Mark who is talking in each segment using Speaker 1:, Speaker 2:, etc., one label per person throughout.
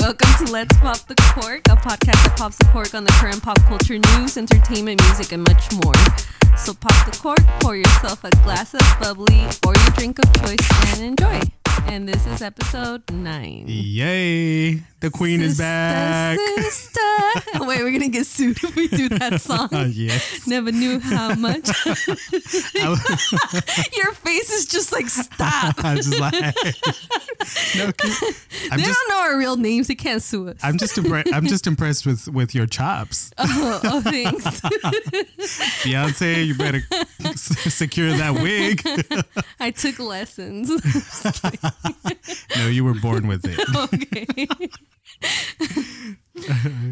Speaker 1: Welcome to Let's Pop the Cork, a podcast that pops the cork on the current pop culture news, entertainment, music, and much more. So pop the cork, pour yourself a glass of bubbly or your drink of choice, and enjoy. And this is episode nine.
Speaker 2: Yay! The queen is
Speaker 1: Sister,
Speaker 2: back.
Speaker 1: Sister. Oh, Wait, we're gonna get sued if we do that song.
Speaker 2: Uh, yeah.
Speaker 1: Never knew how much.
Speaker 2: I was,
Speaker 1: Your face is just like stop.
Speaker 2: I was just like, no, keep- I'm
Speaker 1: they
Speaker 2: just,
Speaker 1: don't know our real names. They can't sue us.
Speaker 2: I'm just, impre- I'm just impressed with with your chops,
Speaker 1: oh, oh, thanks.
Speaker 2: Beyonce. You better s- secure that wig.
Speaker 1: I took lessons.
Speaker 2: No, you were born with it.
Speaker 1: okay.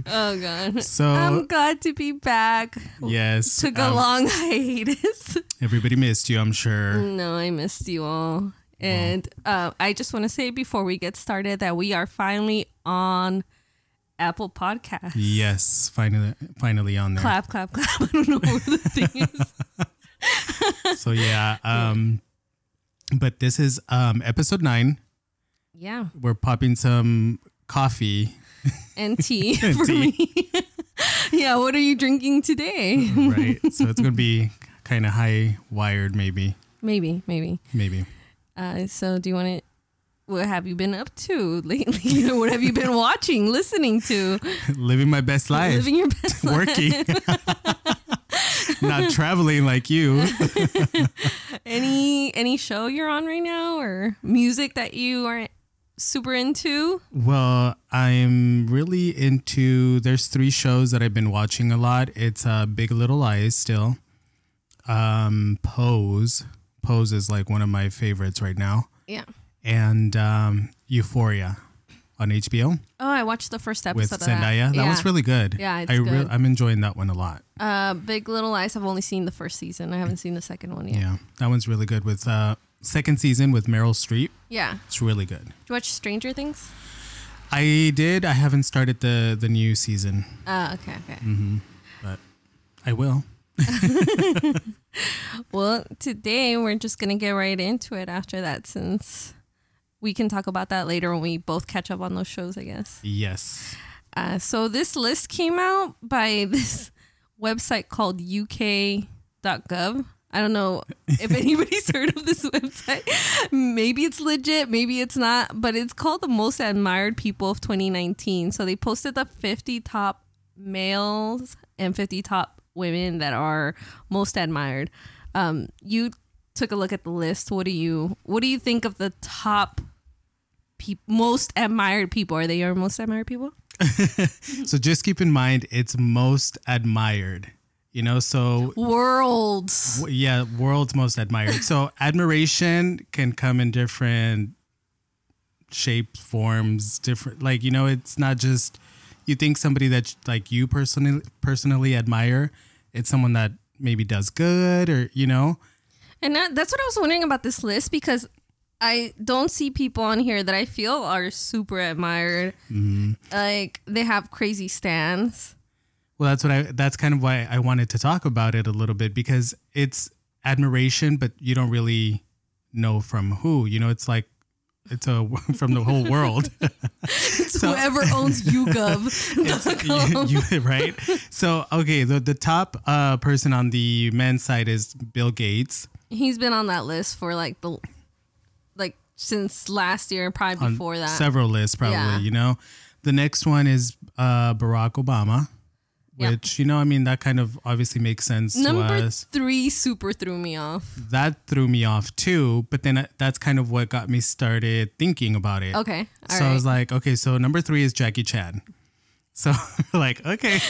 Speaker 1: oh god.
Speaker 2: So
Speaker 1: I'm glad to be back.
Speaker 2: yes,
Speaker 1: Took a
Speaker 2: um,
Speaker 1: long hiatus.
Speaker 2: everybody missed you. I'm sure.
Speaker 1: no, I missed you all. And uh, I just want to say before we get started that we are finally on Apple Podcasts.
Speaker 2: Yes, finally, finally on there.
Speaker 1: Clap, clap, clap. I don't know what the thing is.
Speaker 2: So yeah, um, but this is um episode nine.
Speaker 1: Yeah.
Speaker 2: We're popping some coffee,
Speaker 1: And tea for
Speaker 2: Tea.
Speaker 1: me. yeah, what are you drinking today?
Speaker 2: right? so it's gonna be kind of high wired, maybe,
Speaker 1: Maybe, maybe.
Speaker 2: maybe.
Speaker 1: Uh, so, do you want to? What have you been up to lately? what have you been watching, listening to,
Speaker 2: living my best life,
Speaker 1: living your best life?
Speaker 2: working, not traveling like you.
Speaker 1: Any any show you're on right now, or music that you are super into?
Speaker 2: Well, I'm really into. There's three shows that I've been watching a lot. It's uh, Big Little Lies still. Um, Pose. Pose is like one of my favorites right now,
Speaker 1: Yeah.
Speaker 2: and um, Euphoria on HBO
Speaker 1: Oh, I watched the first episode
Speaker 2: with
Speaker 1: of
Speaker 2: Zendaya. That
Speaker 1: yeah.
Speaker 2: was really good.
Speaker 1: Yeah, it's
Speaker 2: I
Speaker 1: good.
Speaker 2: I'm enjoying that one a lot.
Speaker 1: Uh, Big Little Lies. I've only seen the first season. I haven't seen the second one yet. Yeah.
Speaker 2: Yeah, that one's really good. With uh, second season with Meryl Streep,
Speaker 1: Did
Speaker 2: it's really good.
Speaker 1: you watch Stranger Things?
Speaker 2: I did. I haven't started the the new season.
Speaker 1: Uh, okay, okay.
Speaker 2: Mm-hmm. I will.
Speaker 1: Well, today we're just gonna get right into it after that, since we can talk about that later when we both catch up on those shows, I guess.
Speaker 2: Yes.
Speaker 1: Uh, so this list came out by this website called uk.gov. I don't know if anybody's heard of this website. Maybe it's legit, maybe it's not, but it's called the most admired people of 2019. So they posted the 50 top males and 50 top women that are most admired. Um, you took a look at the list. What do you what do you think of the top peop most admired people? Are they your most admired people?
Speaker 2: So just keep in mind, it's most admired. You know, so
Speaker 1: worlds.
Speaker 2: w- yeah, world's most admired. So admiration can come in different shapes, forms, different. Like you know, it's not just you think somebody that like you personally personally admire. It's someone that maybe does good, or you know,
Speaker 1: And that, that's what I was wondering about this list because I don't see people on here that I feel are super admired.
Speaker 2: Mm-hmm.
Speaker 1: Like they have crazy stands.
Speaker 2: Well, that's what I. That's kind of why I wanted to talk about it a little bit because it's admiration, but you don't really know from who. You know, it's like it's a from the whole world.
Speaker 1: It's whoever owns YouGov.com.
Speaker 2: you, you- right? So, okay, the the top uh, person on the men's side is Bill Gates.
Speaker 1: He's been on that list for like the like since last year and probably
Speaker 2: on
Speaker 1: before that.
Speaker 2: Several lists, probably.
Speaker 1: Yeah.
Speaker 2: You know, the next one is uh, Barack Obama,
Speaker 1: Yeah.
Speaker 2: which you know, I mean, that kind of obviously makes sense to
Speaker 1: Number
Speaker 2: us.
Speaker 1: three super threw me off.
Speaker 2: that threw me off too. But then I- that's kind of what got me started thinking about it.
Speaker 1: Okay. all right.
Speaker 2: so I was like, okay, so number three is Jackie Chan. So like, okay.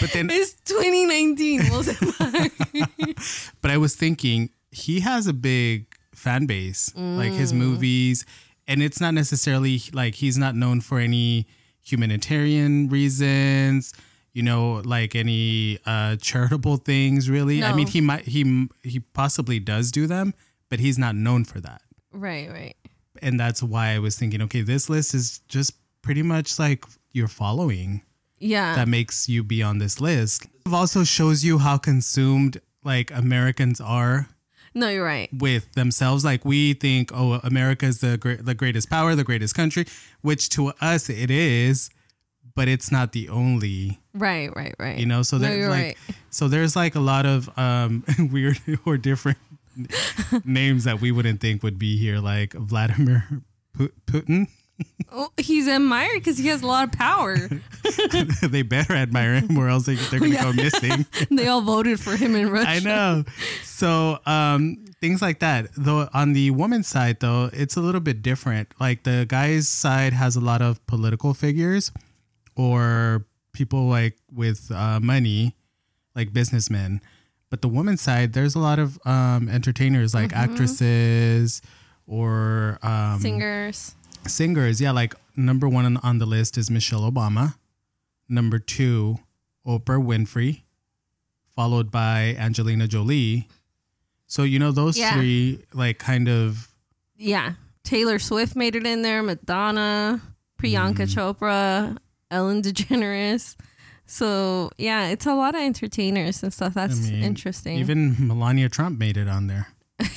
Speaker 2: but then,
Speaker 1: it's 2019. Most admired.
Speaker 2: but I was thinking he has a big fan base, like his
Speaker 1: Mm.
Speaker 2: movies, and it's not necessarily like he's not known for any humanitarian reasons. You know, like any uh, charitable things, really. I
Speaker 1: No.
Speaker 2: mean, he might he he possibly does do them, but he's not known for that.
Speaker 1: right, right.
Speaker 2: and that's why I was thinking, okay, this list is just pretty much like your following
Speaker 1: Yeah.
Speaker 2: that makes you be on this list. It also shows you how consumed like Americans are
Speaker 1: No, you're right.
Speaker 2: with themselves. Like we think, oh, America is the great, the greatest power, the greatest country, which to us it is, but it's not the only.
Speaker 1: Right, right, right.
Speaker 2: You know, so
Speaker 1: No,
Speaker 2: there's
Speaker 1: you're right.
Speaker 2: like, so there's like a lot of um, weird or different names that we wouldn't think would be here, like Vladimir Pu- Putin.
Speaker 1: Oh, he's admired because he has a lot of power.
Speaker 2: they better admire him, or else they, they're gonna go missing.
Speaker 1: they all voted for him in Russia.
Speaker 2: I know. So um, things like that. Though on the woman's side, though, it's a little bit different. Like the guy's side has a lot of political figures or people like with uh, money, like businessmen. But the woman's side, there's a lot of um, entertainers like actresses or um,
Speaker 1: Singers.
Speaker 2: singers. Yeah, like number one on, on the list is Michelle Obama. Number two, Oprah Winfrey, followed by Angelina Jolie. So you know those
Speaker 1: Yeah.
Speaker 2: three, like kind of
Speaker 1: Yeah. Taylor Swift made it in there, Madonna, Priyanka
Speaker 2: Mm-hmm.
Speaker 1: Chopra, Ellen DeGeneres. So, yeah, it's a lot of entertainers and stuff. That's
Speaker 2: mean,
Speaker 1: interesting.
Speaker 2: even Melania Trump made it on there.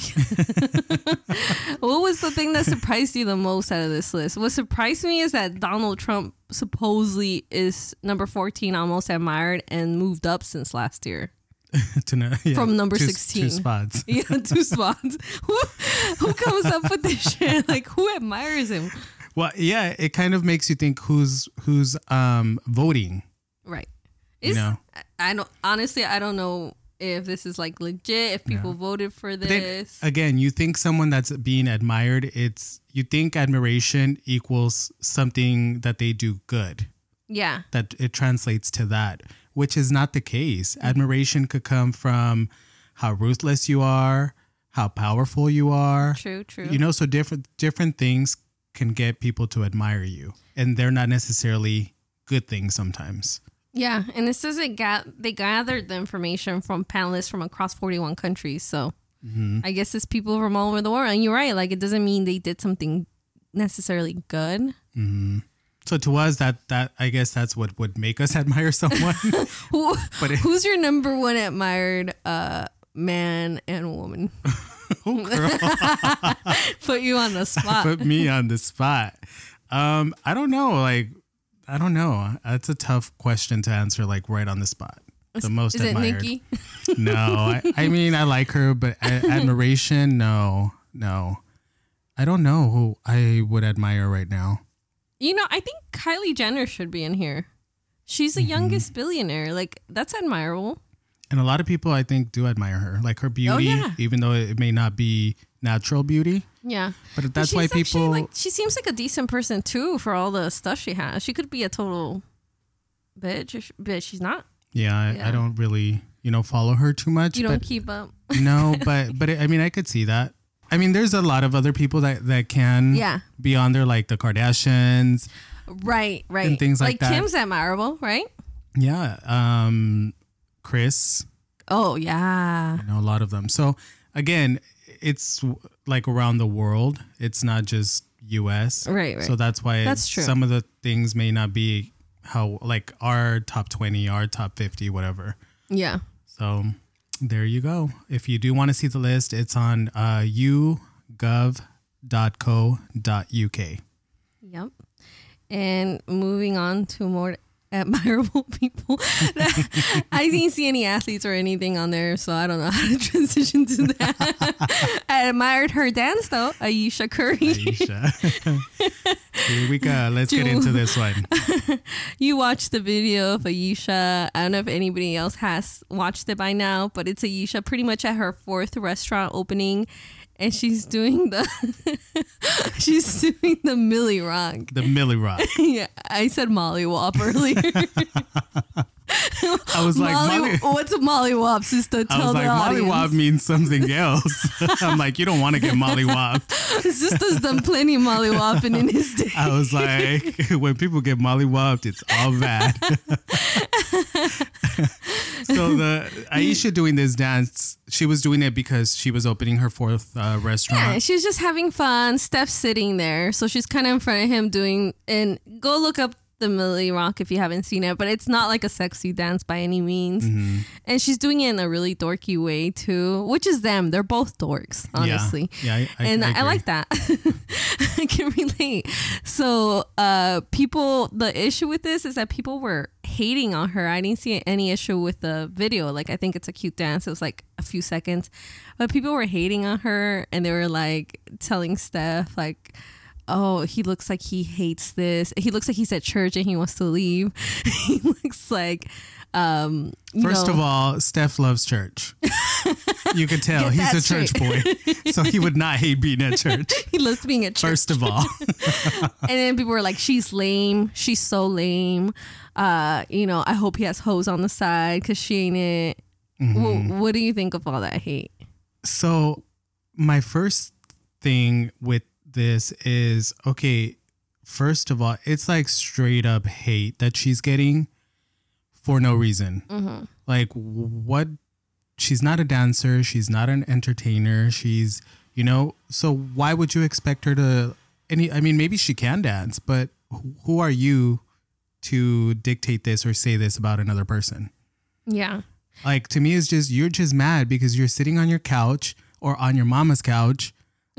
Speaker 1: what was the thing that surprised you the most out of this list? What surprised me is that Donald Trump supposedly is number 14, almost admired, and moved up since last year.
Speaker 2: to know, yeah,
Speaker 1: From number
Speaker 2: two-
Speaker 1: 16.
Speaker 2: two spots.
Speaker 1: Yeah, two spots. who, who comes up with this shit? Like, who admires him?
Speaker 2: Well, yeah, it kind of makes you think who's who's um voting.
Speaker 1: Right. Is,
Speaker 2: know.
Speaker 1: I- I don't honestly I don't know if this is like legit, if people voted for
Speaker 2: Then,
Speaker 1: this.
Speaker 2: again, you think someone that's being admired, it's you think admiration equals something that they do good.
Speaker 1: yeah.
Speaker 2: that it translates to that, which is not the case. Admiration could come from how ruthless you are, how powerful you are.
Speaker 1: True, true.
Speaker 2: You know, so different different things can get people to admire you, and they're not necessarily good things sometimes.
Speaker 1: yeah. And this is it got they gathered the information from panelists from across forty one countries. So
Speaker 2: Mm-hmm.
Speaker 1: I guess it's people from all over the world. And you're right, like it doesn't mean they did something necessarily good.
Speaker 2: So to us, that that I guess that's what would make us admire someone.
Speaker 1: Who,
Speaker 2: But it-
Speaker 1: who's your number one admired uh man and woman?
Speaker 2: oh, girl,
Speaker 1: Put you on the spot.
Speaker 2: put me on the spot. Um, I don't know. Like, I don't know. That's a tough question to answer. Like, right on the spot. The most
Speaker 1: is it
Speaker 2: admired.
Speaker 1: Nikki?
Speaker 2: No, I, I mean I like her, but a- admiration, no, no. I don't know who I would admire right now.
Speaker 1: You know, I think Kylie Jenner should be in here. She's
Speaker 2: Mm-hmm.
Speaker 1: the youngest billionaire. Like that's admirable.
Speaker 2: And a lot of people I think do admire her, like her beauty,
Speaker 1: Oh, yeah.
Speaker 2: even though it may not be natural beauty.
Speaker 1: Yeah.
Speaker 2: But that's
Speaker 1: she's
Speaker 2: why
Speaker 1: actually,
Speaker 2: people.
Speaker 1: like she seems like a decent person too for all the stuff she has. She could be a total bitch, if- but she's not.
Speaker 2: yeah, I,
Speaker 1: yeah.
Speaker 2: I don't really, you know, follow her too much.
Speaker 1: You
Speaker 2: but
Speaker 1: don't keep up.
Speaker 2: no, but but I mean I could see that. I mean, there's a lot of other people that that can
Speaker 1: Yeah.
Speaker 2: be on there, like the Kardashians.
Speaker 1: Right, right.
Speaker 2: And things like that.
Speaker 1: Kim's admirable, right?
Speaker 2: Yeah, um, Chris.
Speaker 1: Oh yeah.
Speaker 2: know, a lot of them. So again, it's like around the world. It's not just U.S.
Speaker 1: Right, right.
Speaker 2: So that's why
Speaker 1: That's true.
Speaker 2: some of the things may not be how like our top twenty, our top fifty, whatever.
Speaker 1: Yeah.
Speaker 2: So there you go. If you do want to see the list, it's on uh, ugov.co.uk.
Speaker 1: Yep. And moving on to more admirable people. I didn't see any athletes or anything on there, so I don't know how to transition to that. I admired her dance though, Ayesha Curry.
Speaker 2: Aisha. Here we go. Let's get
Speaker 1: Do-
Speaker 2: into this one.
Speaker 1: You watched the video of Ayesha. I don't know if anybody else has watched it by now, but it's Ayesha pretty much at her fourth restaurant opening and she's doing the she's doing the Millie Rock.
Speaker 2: The Millie Rock.
Speaker 1: Yeah, I said Molly Wop earlier.
Speaker 2: I was like,
Speaker 1: Molly,
Speaker 2: Molly,
Speaker 1: what's a Molly Wop, sister?
Speaker 2: I
Speaker 1: Tell
Speaker 2: was like,
Speaker 1: the audience.
Speaker 2: Mollywob means something else. I'm like, you don't want to get mollywobbed.
Speaker 1: Sister's done plenty of Molly Whopping in his day.
Speaker 2: I was like, when people get mollywobbed, it's all bad. so the Aisha doing this dance, she was doing it because she was opening her fourth uh,
Speaker 1: Yeah,
Speaker 2: restaurant.
Speaker 1: she's just having fun. Steph's sitting there, so she's kind of in front of him doing. And go look up the Millie Rock if you haven't seen it, but it's not like a sexy dance by any means.
Speaker 2: Mm-hmm.
Speaker 1: And she's doing it in a really dorky way too, which is them. They're both dorks, honestly
Speaker 2: Yeah. yeah I, I,
Speaker 1: and I,
Speaker 2: agree.
Speaker 1: like that. I can relate. So, uh, people, the issue with this is that people were hating on her. I didn't see any issue with the video. Like, I think it's a cute dance. It was like a few seconds, but people were hating on her and they were like telling Steph, like, Oh, he looks like he hates this. He looks like he's at church and he wants to leave. he looks like, um, you
Speaker 2: First
Speaker 1: know,
Speaker 2: of all, Steph loves church. you could tell
Speaker 1: Get
Speaker 2: he's
Speaker 1: that
Speaker 2: a church boy, so he would not hate being at church.
Speaker 1: he loves being at church.
Speaker 2: First of all,
Speaker 1: and then people were like, "She's lame. She's so lame." Uh, you know, I hope he has hoes on the side because she ain't it. Wh- what do you think of all that hate?
Speaker 2: so my first thing with this is okay. First of all, it's like straight up hate that she's getting for no reason.
Speaker 1: Mm-hmm.
Speaker 2: Like what? She's not a dancer. She's not an entertainer. She's you know. So why would you expect her to? Any? I mean, maybe she can dance, but wh- who are you to dictate this or say this about another person?
Speaker 1: Yeah,
Speaker 2: Like to me, it's just you're just mad because you're sitting on your couch or on your mama's couch,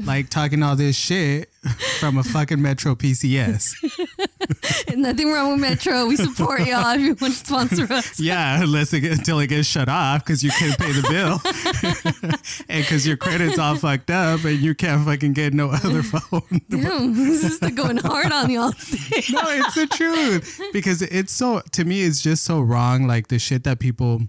Speaker 2: like talking all this shit from a fucking Metro PCS.
Speaker 1: nothing wrong with Metro. We support y'all. Everyone sponsor us.
Speaker 2: yeah, unless it get, until it gets shut off because you can't pay the bill and because your credit's all fucked up and you can't fucking get no other phone.
Speaker 1: Damn, this is the going hard on y'all. today.
Speaker 2: no, it's the truth because it's so to me it's just so wrong. Like the shit that people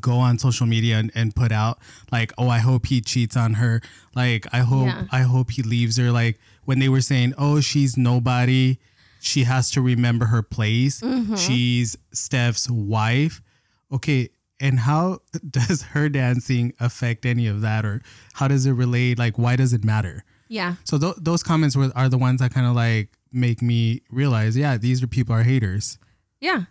Speaker 2: go on social media and, and put out, like, oh, I hope he cheats on her. Like, I hope
Speaker 1: Yeah.
Speaker 2: I hope he leaves her. Like when they were saying, oh, she's nobody. She has to remember her place. She's Steph's wife. Okay. And how does her dancing affect any of that? Or how does it relate? Like, why does it matter?
Speaker 1: yeah,
Speaker 2: So th- those comments were are the ones that kind of like make me realize, yeah, these are people are haters.
Speaker 1: yeah,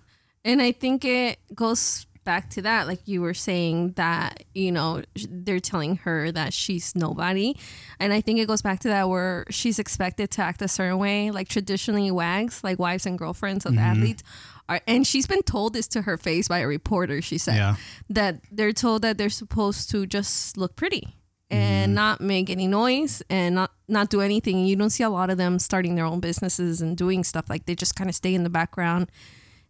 Speaker 1: and I think it goes back to that like you were saying that you know sh- they're telling her that she's nobody and i think it goes back to that where she's expected to act a certain way like traditionally wags like wives and girlfriends of athletes are and she's been told this to her face by a reporter she said
Speaker 2: Yeah.
Speaker 1: that they're told that they're supposed to just look pretty and not make any noise and not not do anything you don't see a lot of them starting their own businesses and doing stuff like they just kind of stay in the background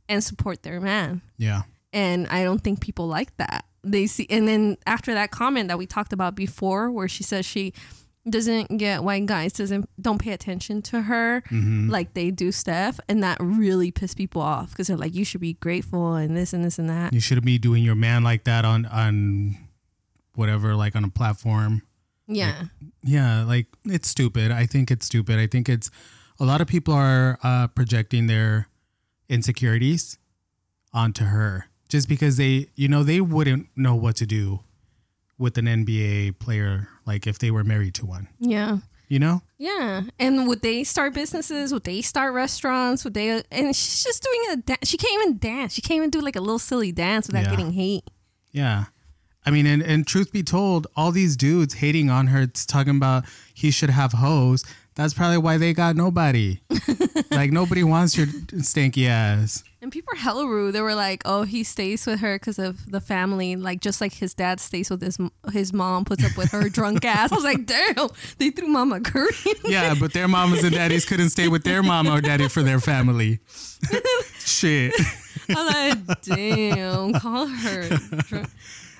Speaker 1: and support their man
Speaker 2: Yeah.
Speaker 1: and I don't think people like that. They see, and then after that comment that we talked about before, where she says she doesn't get white guys doesn't don't pay attention to her like they do Steph, and that really pissed people off because they're like, you should be grateful and this and this and that.
Speaker 2: You shouldn't be doing your man like that on on whatever, like on a platform.
Speaker 1: Yeah,
Speaker 2: Yeah, like it's stupid. I think it's stupid. I think it's a lot of people are uh, projecting their insecurities onto her just because they, you know, they wouldn't know what to do with an NBA player, like if they were married to one,
Speaker 1: yeah.
Speaker 2: you know?
Speaker 1: Yeah, and would they start businesses? Would they start restaurants? Would they? And she's just doing a dance. She can't even dance. She can't even do like a little silly dance without
Speaker 2: Yeah.
Speaker 1: getting hate.
Speaker 2: Yeah. I mean, and, and truth be told, all these dudes hating on her, it's talking about he should have hoes. That's probably why they got nobody. like nobody wants your stanky ass.
Speaker 1: And people are hella rude. They were like, "Oh, he stays with her because of the family, like just like his dad stays with his his mom, puts up with her drunk ass." I was like, "Damn, they threw Mama Curry."
Speaker 2: Yeah, but their mamas and daddies couldn't stay with their mama or daddy for their family. Shit.
Speaker 1: I'm like, "Damn, call her." drunk."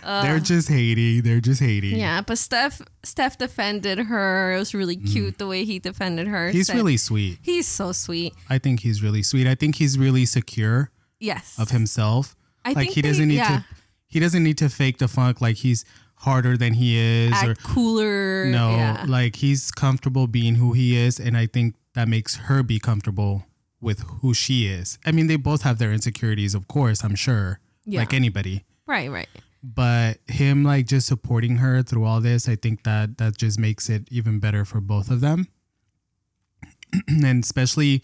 Speaker 2: They're just hating. They're just hating.
Speaker 1: Uh. Yeah, but Steph Steph defended her. It was really cute the way he defended her.
Speaker 2: Mm. He's
Speaker 1: Said-
Speaker 2: really sweet.
Speaker 1: he's so sweet.
Speaker 2: I think he's really sweet. I think he's really secure
Speaker 1: Yes,
Speaker 2: of himself.
Speaker 1: I
Speaker 2: like
Speaker 1: think
Speaker 2: he
Speaker 1: they-
Speaker 2: doesn't need
Speaker 1: yeah.
Speaker 2: to he doesn't need to fake the funk like he's harder than he is or
Speaker 1: act cooler.
Speaker 2: No,
Speaker 1: yeah.
Speaker 2: like he's comfortable being who he is, and I think that makes her be comfortable with who she is. I mean, they both have their insecurities, of course, I'm sure,
Speaker 1: Yeah.
Speaker 2: like anybody.
Speaker 1: right, right.
Speaker 2: But him like just supporting her through all this, I think that that just makes it even better for both of them. and especially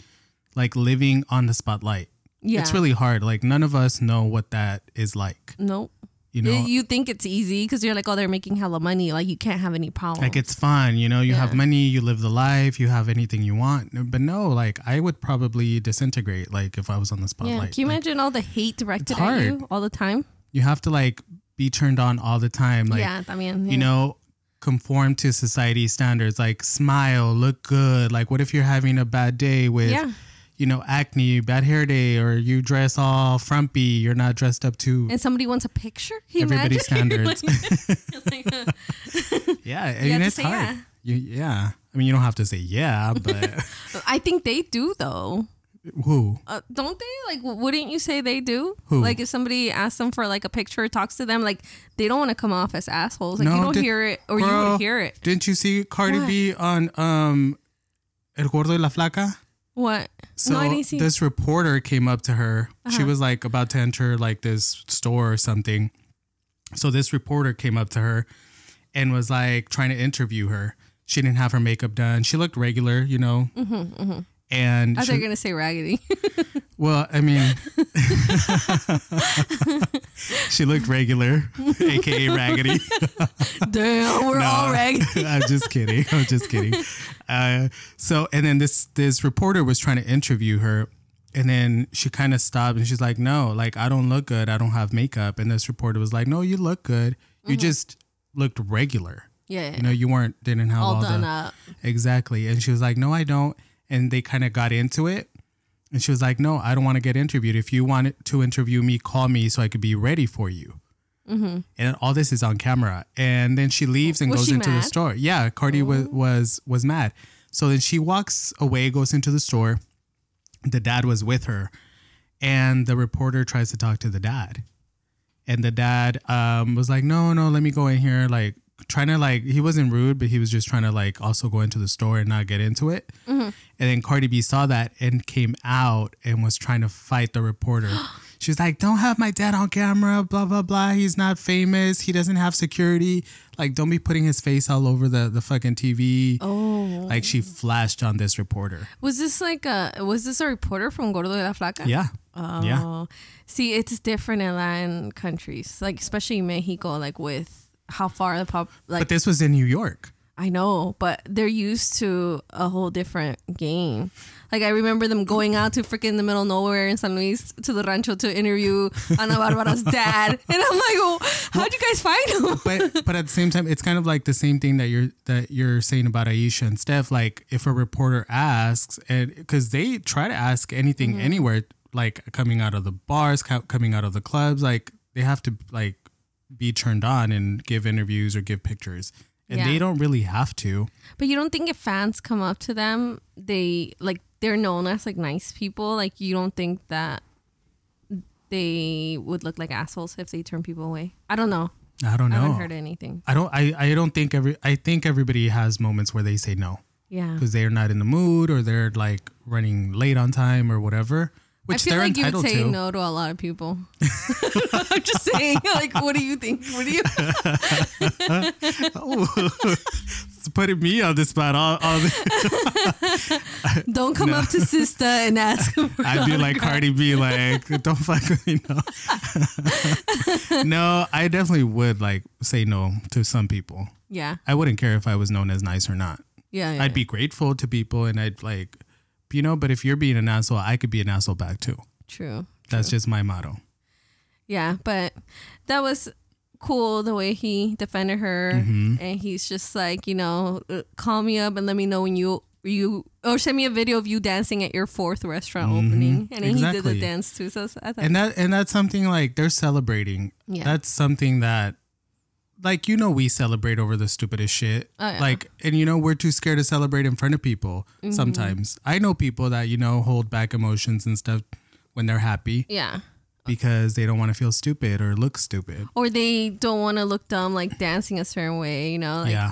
Speaker 2: like living on the spotlight.
Speaker 1: Yeah,
Speaker 2: It's really hard. Like none of us know what that is like.
Speaker 1: nope.
Speaker 2: You know,
Speaker 1: you think it's easy because you're like, oh, they're making hella money. Like you can't have any problems.
Speaker 2: like it's fun. You know, you have
Speaker 1: Yeah.
Speaker 2: money, you live the life, you have anything you want. But no, like I would probably disintegrate. Like if I was on the
Speaker 1: yeah.
Speaker 2: spotlight,
Speaker 1: Can you
Speaker 2: Like,
Speaker 1: imagine all the hate directed at
Speaker 2: It's hard.
Speaker 1: you all the time?
Speaker 2: you have to like be turned on all the time. Like
Speaker 1: yeah, I mean, yeah.
Speaker 2: you know conform to society standards like smile look good like what if you're having a bad day with
Speaker 1: Yeah.
Speaker 2: you know acne bad hair day or you dress all frumpy you're not dressed up to
Speaker 1: and somebody wants a picture. Can you
Speaker 2: everybody's
Speaker 1: imagine?
Speaker 2: standards
Speaker 1: Like, like, uh,
Speaker 2: yeah i
Speaker 1: have
Speaker 2: mean
Speaker 1: to
Speaker 2: it's
Speaker 1: say
Speaker 2: hard
Speaker 1: yeah.
Speaker 2: You, yeah i mean you don't have to say yeah but
Speaker 1: I think they do though.
Speaker 2: who
Speaker 1: Uh, don't they? Like, w- wouldn't you say they do?
Speaker 2: Who?
Speaker 1: Like, if somebody asks them for like a picture, talks to them, like they don't want to come off as assholes. Like you don't
Speaker 2: did-
Speaker 1: hear it, or you would
Speaker 2: girl,
Speaker 1: hear it.
Speaker 2: didn't you see cardi
Speaker 1: What?
Speaker 2: b on um el gordo y la flaca
Speaker 1: What?
Speaker 2: So
Speaker 1: no, I didn't see. Uh-huh.
Speaker 2: this reporter came up to her. She was like about to enter like this store or something. So this reporter came up to her and was like trying to interview her. She didn't have her makeup done. She looked regular, you know. Mm-hmm, And
Speaker 1: I thought
Speaker 2: she-
Speaker 1: you were gonna say raggedy.
Speaker 2: well, I mean, she looked regular, aka raggedy.
Speaker 1: Damn, we're all
Speaker 2: No.
Speaker 1: raggedy.
Speaker 2: I'm just kidding. I'm just kidding. Uh, so, and then this this reporter was trying to interview her, and then she kind of stopped and she's like, "No, like I don't look good. I don't have makeup." And this reporter was like, "No, you look good. You just looked regular.
Speaker 1: Yeah,
Speaker 2: You know, you weren't didn't have all,
Speaker 1: all done
Speaker 2: the
Speaker 1: up.
Speaker 2: exactly." And she was like, "No, I don't." And they kind of got into it. And she was like, "No, I don't want to get interviewed. If you want to interview me, call me so I could be ready for you." and all this is on camera. And then she leaves and
Speaker 1: Mm-hmm. Was
Speaker 2: goes
Speaker 1: she
Speaker 2: into the
Speaker 1: mad? Oh.
Speaker 2: store. Yeah, Cardi was, was was mad. So then she walks away, goes into the store. The dad was with her, and the reporter tries to talk to the dad, and the dad um, was like, "No, no, let me go in here." Like trying to like he wasn't rude, but he was just trying to like also go into the store and not get into it.
Speaker 1: Mm-hmm.
Speaker 2: And then Cardi B saw that and came out and was trying to fight the reporter. She was like, Don't have my dad on camera, blah, blah, blah. He's not famous. He doesn't have security. Like, don't be putting his face all over the, the fucking TV.
Speaker 1: Oh,
Speaker 2: Like, she flashed on this reporter.
Speaker 1: was this like a was this a reporter from Gordo de la Flaca?
Speaker 2: Yeah.
Speaker 1: Oh.
Speaker 2: Yeah.
Speaker 1: See, it's different in Latin countries, like especially in Mexico, like with how far the pop. Like
Speaker 2: But this was in New York.
Speaker 1: I know, but they're used to a whole different game. Like I remember them going out to freaking the middle of nowhere in San Luis to the rancho to interview Ana Barbara's dad, and I'm like, oh, how'd you guys find him?
Speaker 2: But but at the same time, it's kind of like the same thing that you're that you're saying about Aisha and Steph. Like if a reporter asks, and because they try to ask anything
Speaker 1: Mm-hmm.
Speaker 2: anywhere, like coming out of the bars, co- coming out of the clubs, like they have to like be turned on and give interviews or give pictures, and
Speaker 1: Yeah.
Speaker 2: they don't really have to.
Speaker 1: But you don't think if fans come up to them, they like they're known as like nice people. Like you don't think that they would look like assholes if they turn people away. I don't know.
Speaker 2: I don't know.
Speaker 1: I haven't heard anything.
Speaker 2: I don't. I, I don't think every. I think everybody has moments where they say no
Speaker 1: Yeah.
Speaker 2: because they're not in the mood or they're like running late on time or whatever.
Speaker 1: I
Speaker 2: Which
Speaker 1: feel
Speaker 2: they're
Speaker 1: like you would
Speaker 2: entitled
Speaker 1: say
Speaker 2: to.
Speaker 1: no to a lot of people. I'm just saying, like, what do you think? What do you?
Speaker 2: It's putting me on the spot. All, all the,
Speaker 1: Don't come up to Sista and ask. Him for
Speaker 2: I'd be
Speaker 1: an
Speaker 2: like
Speaker 1: autograph.
Speaker 2: Cardi B, like, don't fuck with me. No. no, I definitely would like say no to some people.
Speaker 1: Yeah,
Speaker 2: I wouldn't care if I was known as nice or not.
Speaker 1: yeah. yeah.
Speaker 2: I'd be grateful to people and I'd like, you know, but if you're being an asshole, I could be an asshole back too.
Speaker 1: true.
Speaker 2: That's just my motto.
Speaker 1: Yeah, but that was cool the way he defended her,
Speaker 2: Mm-hmm.
Speaker 1: and he's just like, you know, uh, call me up and let me know when you you or send me a video of you dancing at your fourth restaurant opening, and then he did
Speaker 2: Mm-hmm. Exactly.
Speaker 1: the dance too. So I thought,
Speaker 2: And that and that's something like they're celebrating.
Speaker 1: Yeah.
Speaker 2: That's something that like you know we celebrate over the stupidest shit.
Speaker 1: Oh, yeah. Mm-hmm.
Speaker 2: Like and you know we're too scared to celebrate in front of people sometimes. I know people that you know hold back emotions and stuff when they're happy
Speaker 1: yeah.
Speaker 2: because they don't want to feel stupid or look stupid.
Speaker 1: Or they don't want to look dumb, like dancing a certain way, you know. Like,
Speaker 2: yeah.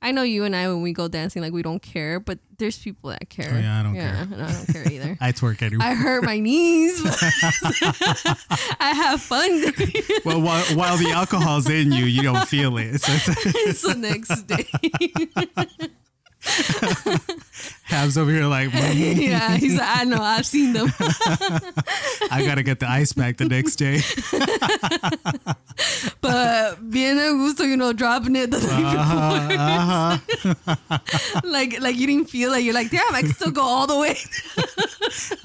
Speaker 1: I know you and I when we go dancing, like we don't care, but there's people that care.
Speaker 2: Oh, yeah, I don't
Speaker 1: care. I don't care either.
Speaker 2: I twerk anyway.
Speaker 1: I hurt my knees. but I have fun. doing it.
Speaker 2: well, while, while the alcohol's in you, you don't feel it. So it's-
Speaker 1: it's the next day.
Speaker 2: Habs over here like, "Mm,
Speaker 1: yeah, he's like, I know, I've seen them.
Speaker 2: I gotta get the ice back the next day.
Speaker 1: but being a gusto, you know, dropping it the night
Speaker 2: Uh-huh,
Speaker 1: before. like, like you didn't feel like you're like, damn, I can still go all the way.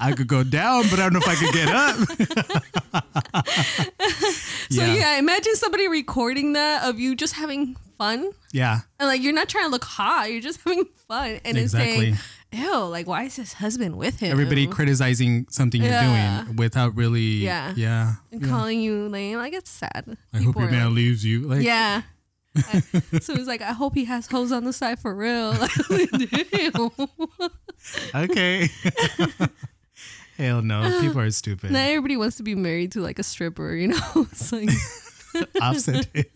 Speaker 2: I could go down, but I don't know if I could get up.
Speaker 1: So yeah. imagine somebody recording that of you just having fun.
Speaker 2: Yeah.
Speaker 1: And like you're not trying to look hot, you're just having fun. And
Speaker 2: Exactly.
Speaker 1: it's saying, Ew, like why is his husband with him?
Speaker 2: Everybody criticizing something you're
Speaker 1: Yeah.
Speaker 2: doing without really.
Speaker 1: Yeah.
Speaker 2: Yeah.
Speaker 1: and calling you lame. Like it's sad.
Speaker 2: I hope
Speaker 1: People
Speaker 2: your
Speaker 1: are
Speaker 2: man
Speaker 1: like-
Speaker 2: leaves you. Like,
Speaker 1: Yeah. I- so he's like, I hope he has hoes on the side for real. Like, damn.
Speaker 2: okay. Hell no. People are stupid.
Speaker 1: Not everybody wants to be married to like a stripper, you know? It's like,
Speaker 2: Offset it.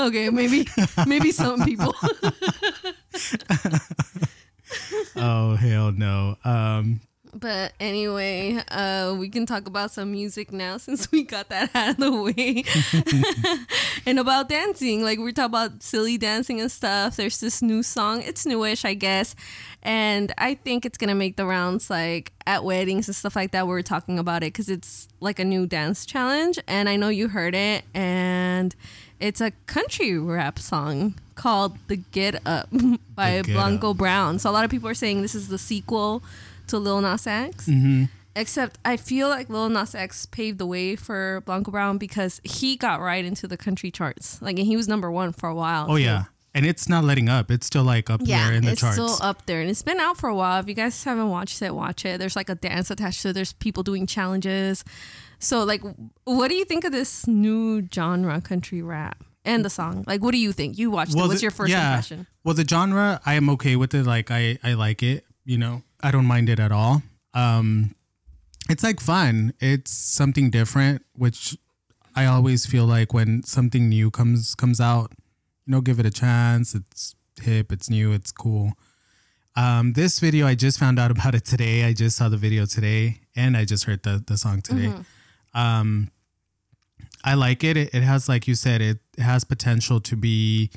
Speaker 1: okay, maybe, maybe some people.
Speaker 2: Oh, hell no. Um,
Speaker 1: But anyway, uh, we can talk about some music now since we got that out of the way. and about dancing, like we talk about silly dancing and stuff. There's this new song. It's newish, I guess, and I think it's gonna make the rounds like at weddings and stuff like that. We're talking about it because it's like a new dance challenge, and I know you heard it. And it's a country rap song called "The Get Up" by
Speaker 2: The Get
Speaker 1: Blanco
Speaker 2: Up.
Speaker 1: Brown. So a lot of people are saying this is the sequel to Lil Nas X. Except I feel like Lil Nas X paved the way for Blanco Brown because he got right into the country charts. Like and he was number one for a while.
Speaker 2: oh,
Speaker 1: too.
Speaker 2: yeah. And it's not letting up. It's still like up
Speaker 1: Yeah,
Speaker 2: there in the
Speaker 1: it's
Speaker 2: charts.
Speaker 1: still up there, and it's been out for a while. If you guys haven't watched it, watch it. There's like a dance attached to. it. There's people doing challenges. So, like, what do you think of this new genre, country rap, and the song? Like, what do you think? You watched it. What's
Speaker 2: the-
Speaker 1: your first
Speaker 2: yeah.
Speaker 1: impression?
Speaker 2: Well, the genre, I am okay with it. Like I, I like it. You know, I don't mind it at all. Um, it's like fun. It's something different, which I always feel like when something new comes comes out, you know, give it a chance. It's hip. It's new. It's cool. Um, this video, I just found out about it today. I just saw the video today, and I just heard the the song today.
Speaker 1: Mm-hmm.
Speaker 2: Um, I like it. it. It has, like you said, it has potential to be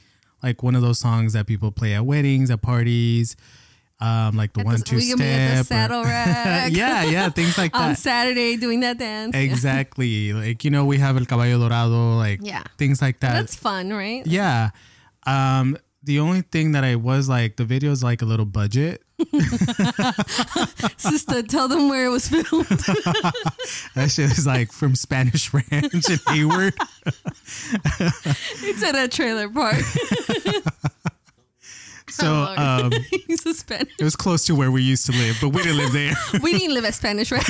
Speaker 2: like one of those songs that people play at weddings, at parties, um, like the
Speaker 1: At
Speaker 2: one
Speaker 1: the-
Speaker 2: two
Speaker 1: we
Speaker 2: step.
Speaker 1: can be at the saddle
Speaker 2: or- uh,
Speaker 1: rack.
Speaker 2: yeah, yeah, things like
Speaker 1: on
Speaker 2: that.
Speaker 1: Saturday doing that dance.
Speaker 2: Exactly. Like you know, we have El Caballo Dorado, like
Speaker 1: Yeah.
Speaker 2: things like that.
Speaker 1: That's fun, right?
Speaker 2: Yeah. Um, the only thing that I was like, the video's like a little budget.
Speaker 1: Sister, tell them where it was filmed.
Speaker 2: That shit is like from Spanish Ranch and Hayward.
Speaker 1: it's at a trailer park.
Speaker 2: So
Speaker 1: Lord.
Speaker 2: um,
Speaker 1: He's a Spanish.
Speaker 2: it was close to where we used to live, but we didn't live there.
Speaker 1: We didn't live at Spanish Ranch.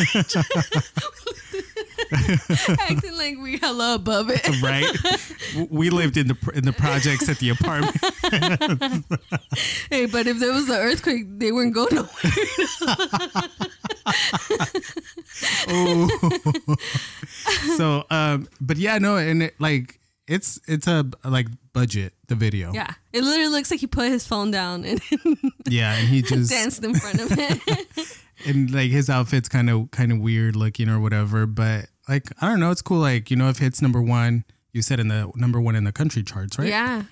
Speaker 1: Acting like we hella above it.
Speaker 2: right? W- We lived in the pr- in the projects at the apartment.
Speaker 1: Hey, but if there was an earthquake, they wouldn't go nowhere.
Speaker 2: Oh. So, um, but yeah, no, and it, like it's it's a like budget the video.
Speaker 1: Yeah. It literally looks like he put his phone down and
Speaker 2: yeah, and he just
Speaker 1: danced in front of it.
Speaker 2: and like his outfit's kind of kind of weird looking or whatever. But like I don't know, it's cool. Like you know, if it's number one, you said in the number one in the country charts, right?
Speaker 1: Yeah.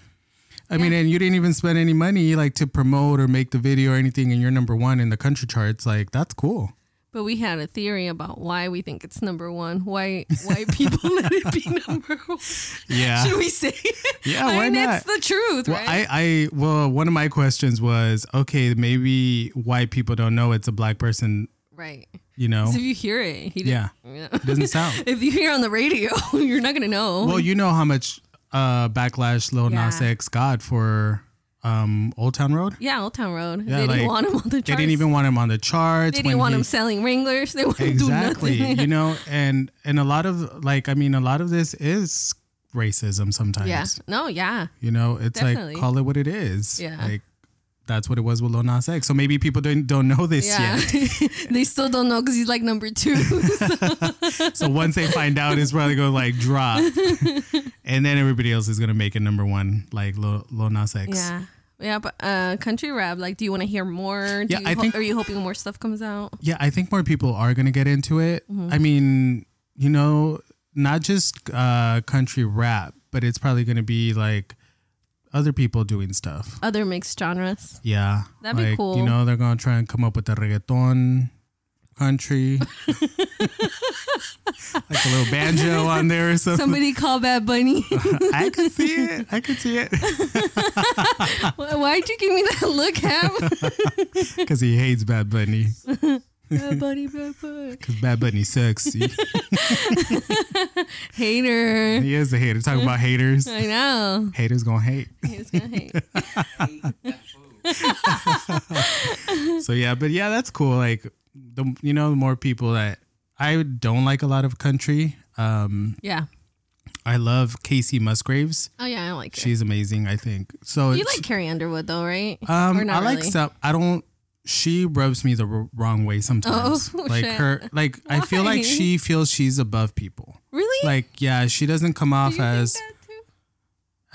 Speaker 2: I mean, and you didn't even spend any money like to promote or make the video or anything, and you're number one in the country charts. Like that's cool.
Speaker 1: But we had a theory about why we think it's number one. Why why people let it be number one.
Speaker 2: Yeah.
Speaker 1: Should we say it?
Speaker 2: Yeah,
Speaker 1: I
Speaker 2: why
Speaker 1: mean,
Speaker 2: not?
Speaker 1: It's the truth,
Speaker 2: Well,
Speaker 1: right?
Speaker 2: I, I well, one of my questions was okay, maybe white people don't know it's a black person,
Speaker 1: right.
Speaker 2: you know?
Speaker 1: So if you hear it, he
Speaker 2: Yeah.
Speaker 1: didn't-
Speaker 2: Doesn't sound.
Speaker 1: if you hear on the radio, you're not gonna know.
Speaker 2: Well, you know how much uh, backlash Lil Nas
Speaker 1: Yeah.
Speaker 2: X got for um, Old Town Road.
Speaker 1: yeah, Old Town Road.
Speaker 2: Yeah,
Speaker 1: they didn't
Speaker 2: like,
Speaker 1: want him on the charts.
Speaker 2: They didn't even want him on the charts.
Speaker 1: They
Speaker 2: when
Speaker 1: didn't want
Speaker 2: he-
Speaker 1: him selling Wranglers. They wouldn't do
Speaker 2: Exactly.
Speaker 1: nothing.
Speaker 2: you know, and and a lot of like, I mean, a lot of this is racism sometimes.
Speaker 1: Yeah. No. Yeah.
Speaker 2: You know, it's
Speaker 1: Definitely.
Speaker 2: like call it what it is.
Speaker 1: Yeah.
Speaker 2: Like that's what it was with Lil Nas X. So maybe people don't don't know this
Speaker 1: Yeah.
Speaker 2: yet.
Speaker 1: they still don't know because he's like number two.
Speaker 2: So once they find out, it's probably gonna like drop, and then everybody else is gonna make it number one, like Lil, Lil Nas X.
Speaker 1: yeah. Yeah, but uh, country rap. Like, do you want to hear more? Do
Speaker 2: Yeah,
Speaker 1: you
Speaker 2: I think-
Speaker 1: Are you hoping more stuff comes out?
Speaker 2: Yeah, I think more people are gonna get into it.
Speaker 1: Mm-hmm.
Speaker 2: I mean, you know, not just uh, country rap, but it's probably gonna be like other people doing stuff.
Speaker 1: Other mixed genres.
Speaker 2: Yeah.
Speaker 1: That'd be cool.
Speaker 2: You know, they're going to try and come up with a reggaeton country. like a little banjo on there or something.
Speaker 1: Somebody call Bad Bunny.
Speaker 2: I could see it. I could see it.
Speaker 1: Why- Why'd you give me that look, Ham?
Speaker 2: Because he hates Bad Bunny.
Speaker 1: bad Bunny, Bad Bunny.
Speaker 2: Because Bad Bunny sucks. He,
Speaker 1: Hater.
Speaker 2: he is a hater. Talking about haters.
Speaker 1: I know.
Speaker 2: Haters going to hate.
Speaker 1: He's gonna hate.
Speaker 2: so yeah, but yeah, that's cool. Like the you know the more people that I don't like a lot of country. Um,
Speaker 1: Yeah.
Speaker 2: I love Casey Musgraves.
Speaker 1: Oh yeah, I like her.
Speaker 2: She's amazing. I think so.
Speaker 1: you
Speaker 2: it's-
Speaker 1: like Carrie Underwood though, right?
Speaker 2: um,
Speaker 1: Or
Speaker 2: I
Speaker 1: not
Speaker 2: like
Speaker 1: really?
Speaker 2: some. I don't. She rubs me the r- wrong way sometimes.
Speaker 1: Oh,
Speaker 2: like
Speaker 1: shit.
Speaker 2: her, like I feel
Speaker 1: Why?
Speaker 2: like she feels she's above people.
Speaker 1: Really?
Speaker 2: Like yeah, she doesn't come off
Speaker 1: Do you
Speaker 2: as
Speaker 1: think that too?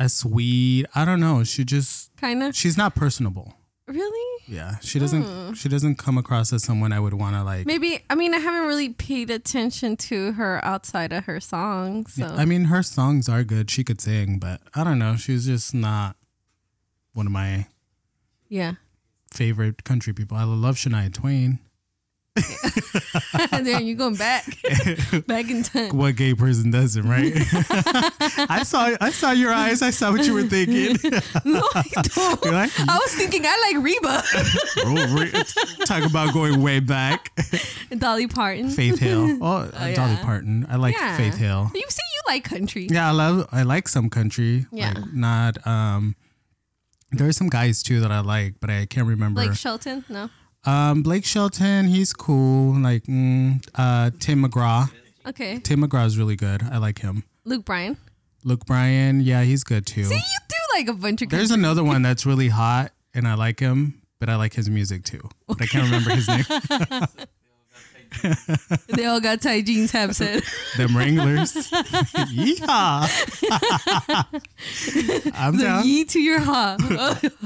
Speaker 2: as sweet. I don't know. She just
Speaker 1: Kinda.
Speaker 2: she's not personable.
Speaker 1: Really?
Speaker 2: Yeah, she doesn't.
Speaker 1: Hmm.
Speaker 2: She doesn't come across as someone I would want to like.
Speaker 1: Maybe. I mean, I haven't really paid attention to her outside of her songs. So.
Speaker 2: I mean, her songs are good. She could sing, but I don't know. She's just not one of my
Speaker 1: yeah.
Speaker 2: favorite country people. I love Shania Twain.
Speaker 1: there you going back, back in time.
Speaker 2: What gay person doesn't, right? I saw I saw your eyes. I saw what you were thinking.
Speaker 1: No, I don't.
Speaker 2: You're like,
Speaker 1: I was thinking I like Reba,
Speaker 2: oh, re- talk about going way back.
Speaker 1: Dolly Parton.
Speaker 2: Faith Hill. Oh, Dolly
Speaker 1: yeah.
Speaker 2: Parton. I like
Speaker 1: Yeah.
Speaker 2: Faith Hill.
Speaker 1: You see, you like country.
Speaker 2: Yeah, I love I like some country.
Speaker 1: Yeah.
Speaker 2: Like not um there are some guys too that I like, but I can't remember.
Speaker 1: Like Shelton? No.
Speaker 2: Um, Blake Shelton, he's cool. Like mm, uh, Tim McGraw.
Speaker 1: Okay.
Speaker 2: Tim McGraw's really good. I like him.
Speaker 1: Luke Bryan.
Speaker 2: Luke Bryan, yeah, he's good too.
Speaker 1: See, you do like a bunch of.
Speaker 2: There's another one that's really hot, and I like him, but I like his music too. But I can't remember his name.
Speaker 1: they all got tight jeans. Have said.
Speaker 2: Them Wranglers. Yeehaw! I'm
Speaker 1: the
Speaker 2: down.
Speaker 1: ye to your ha.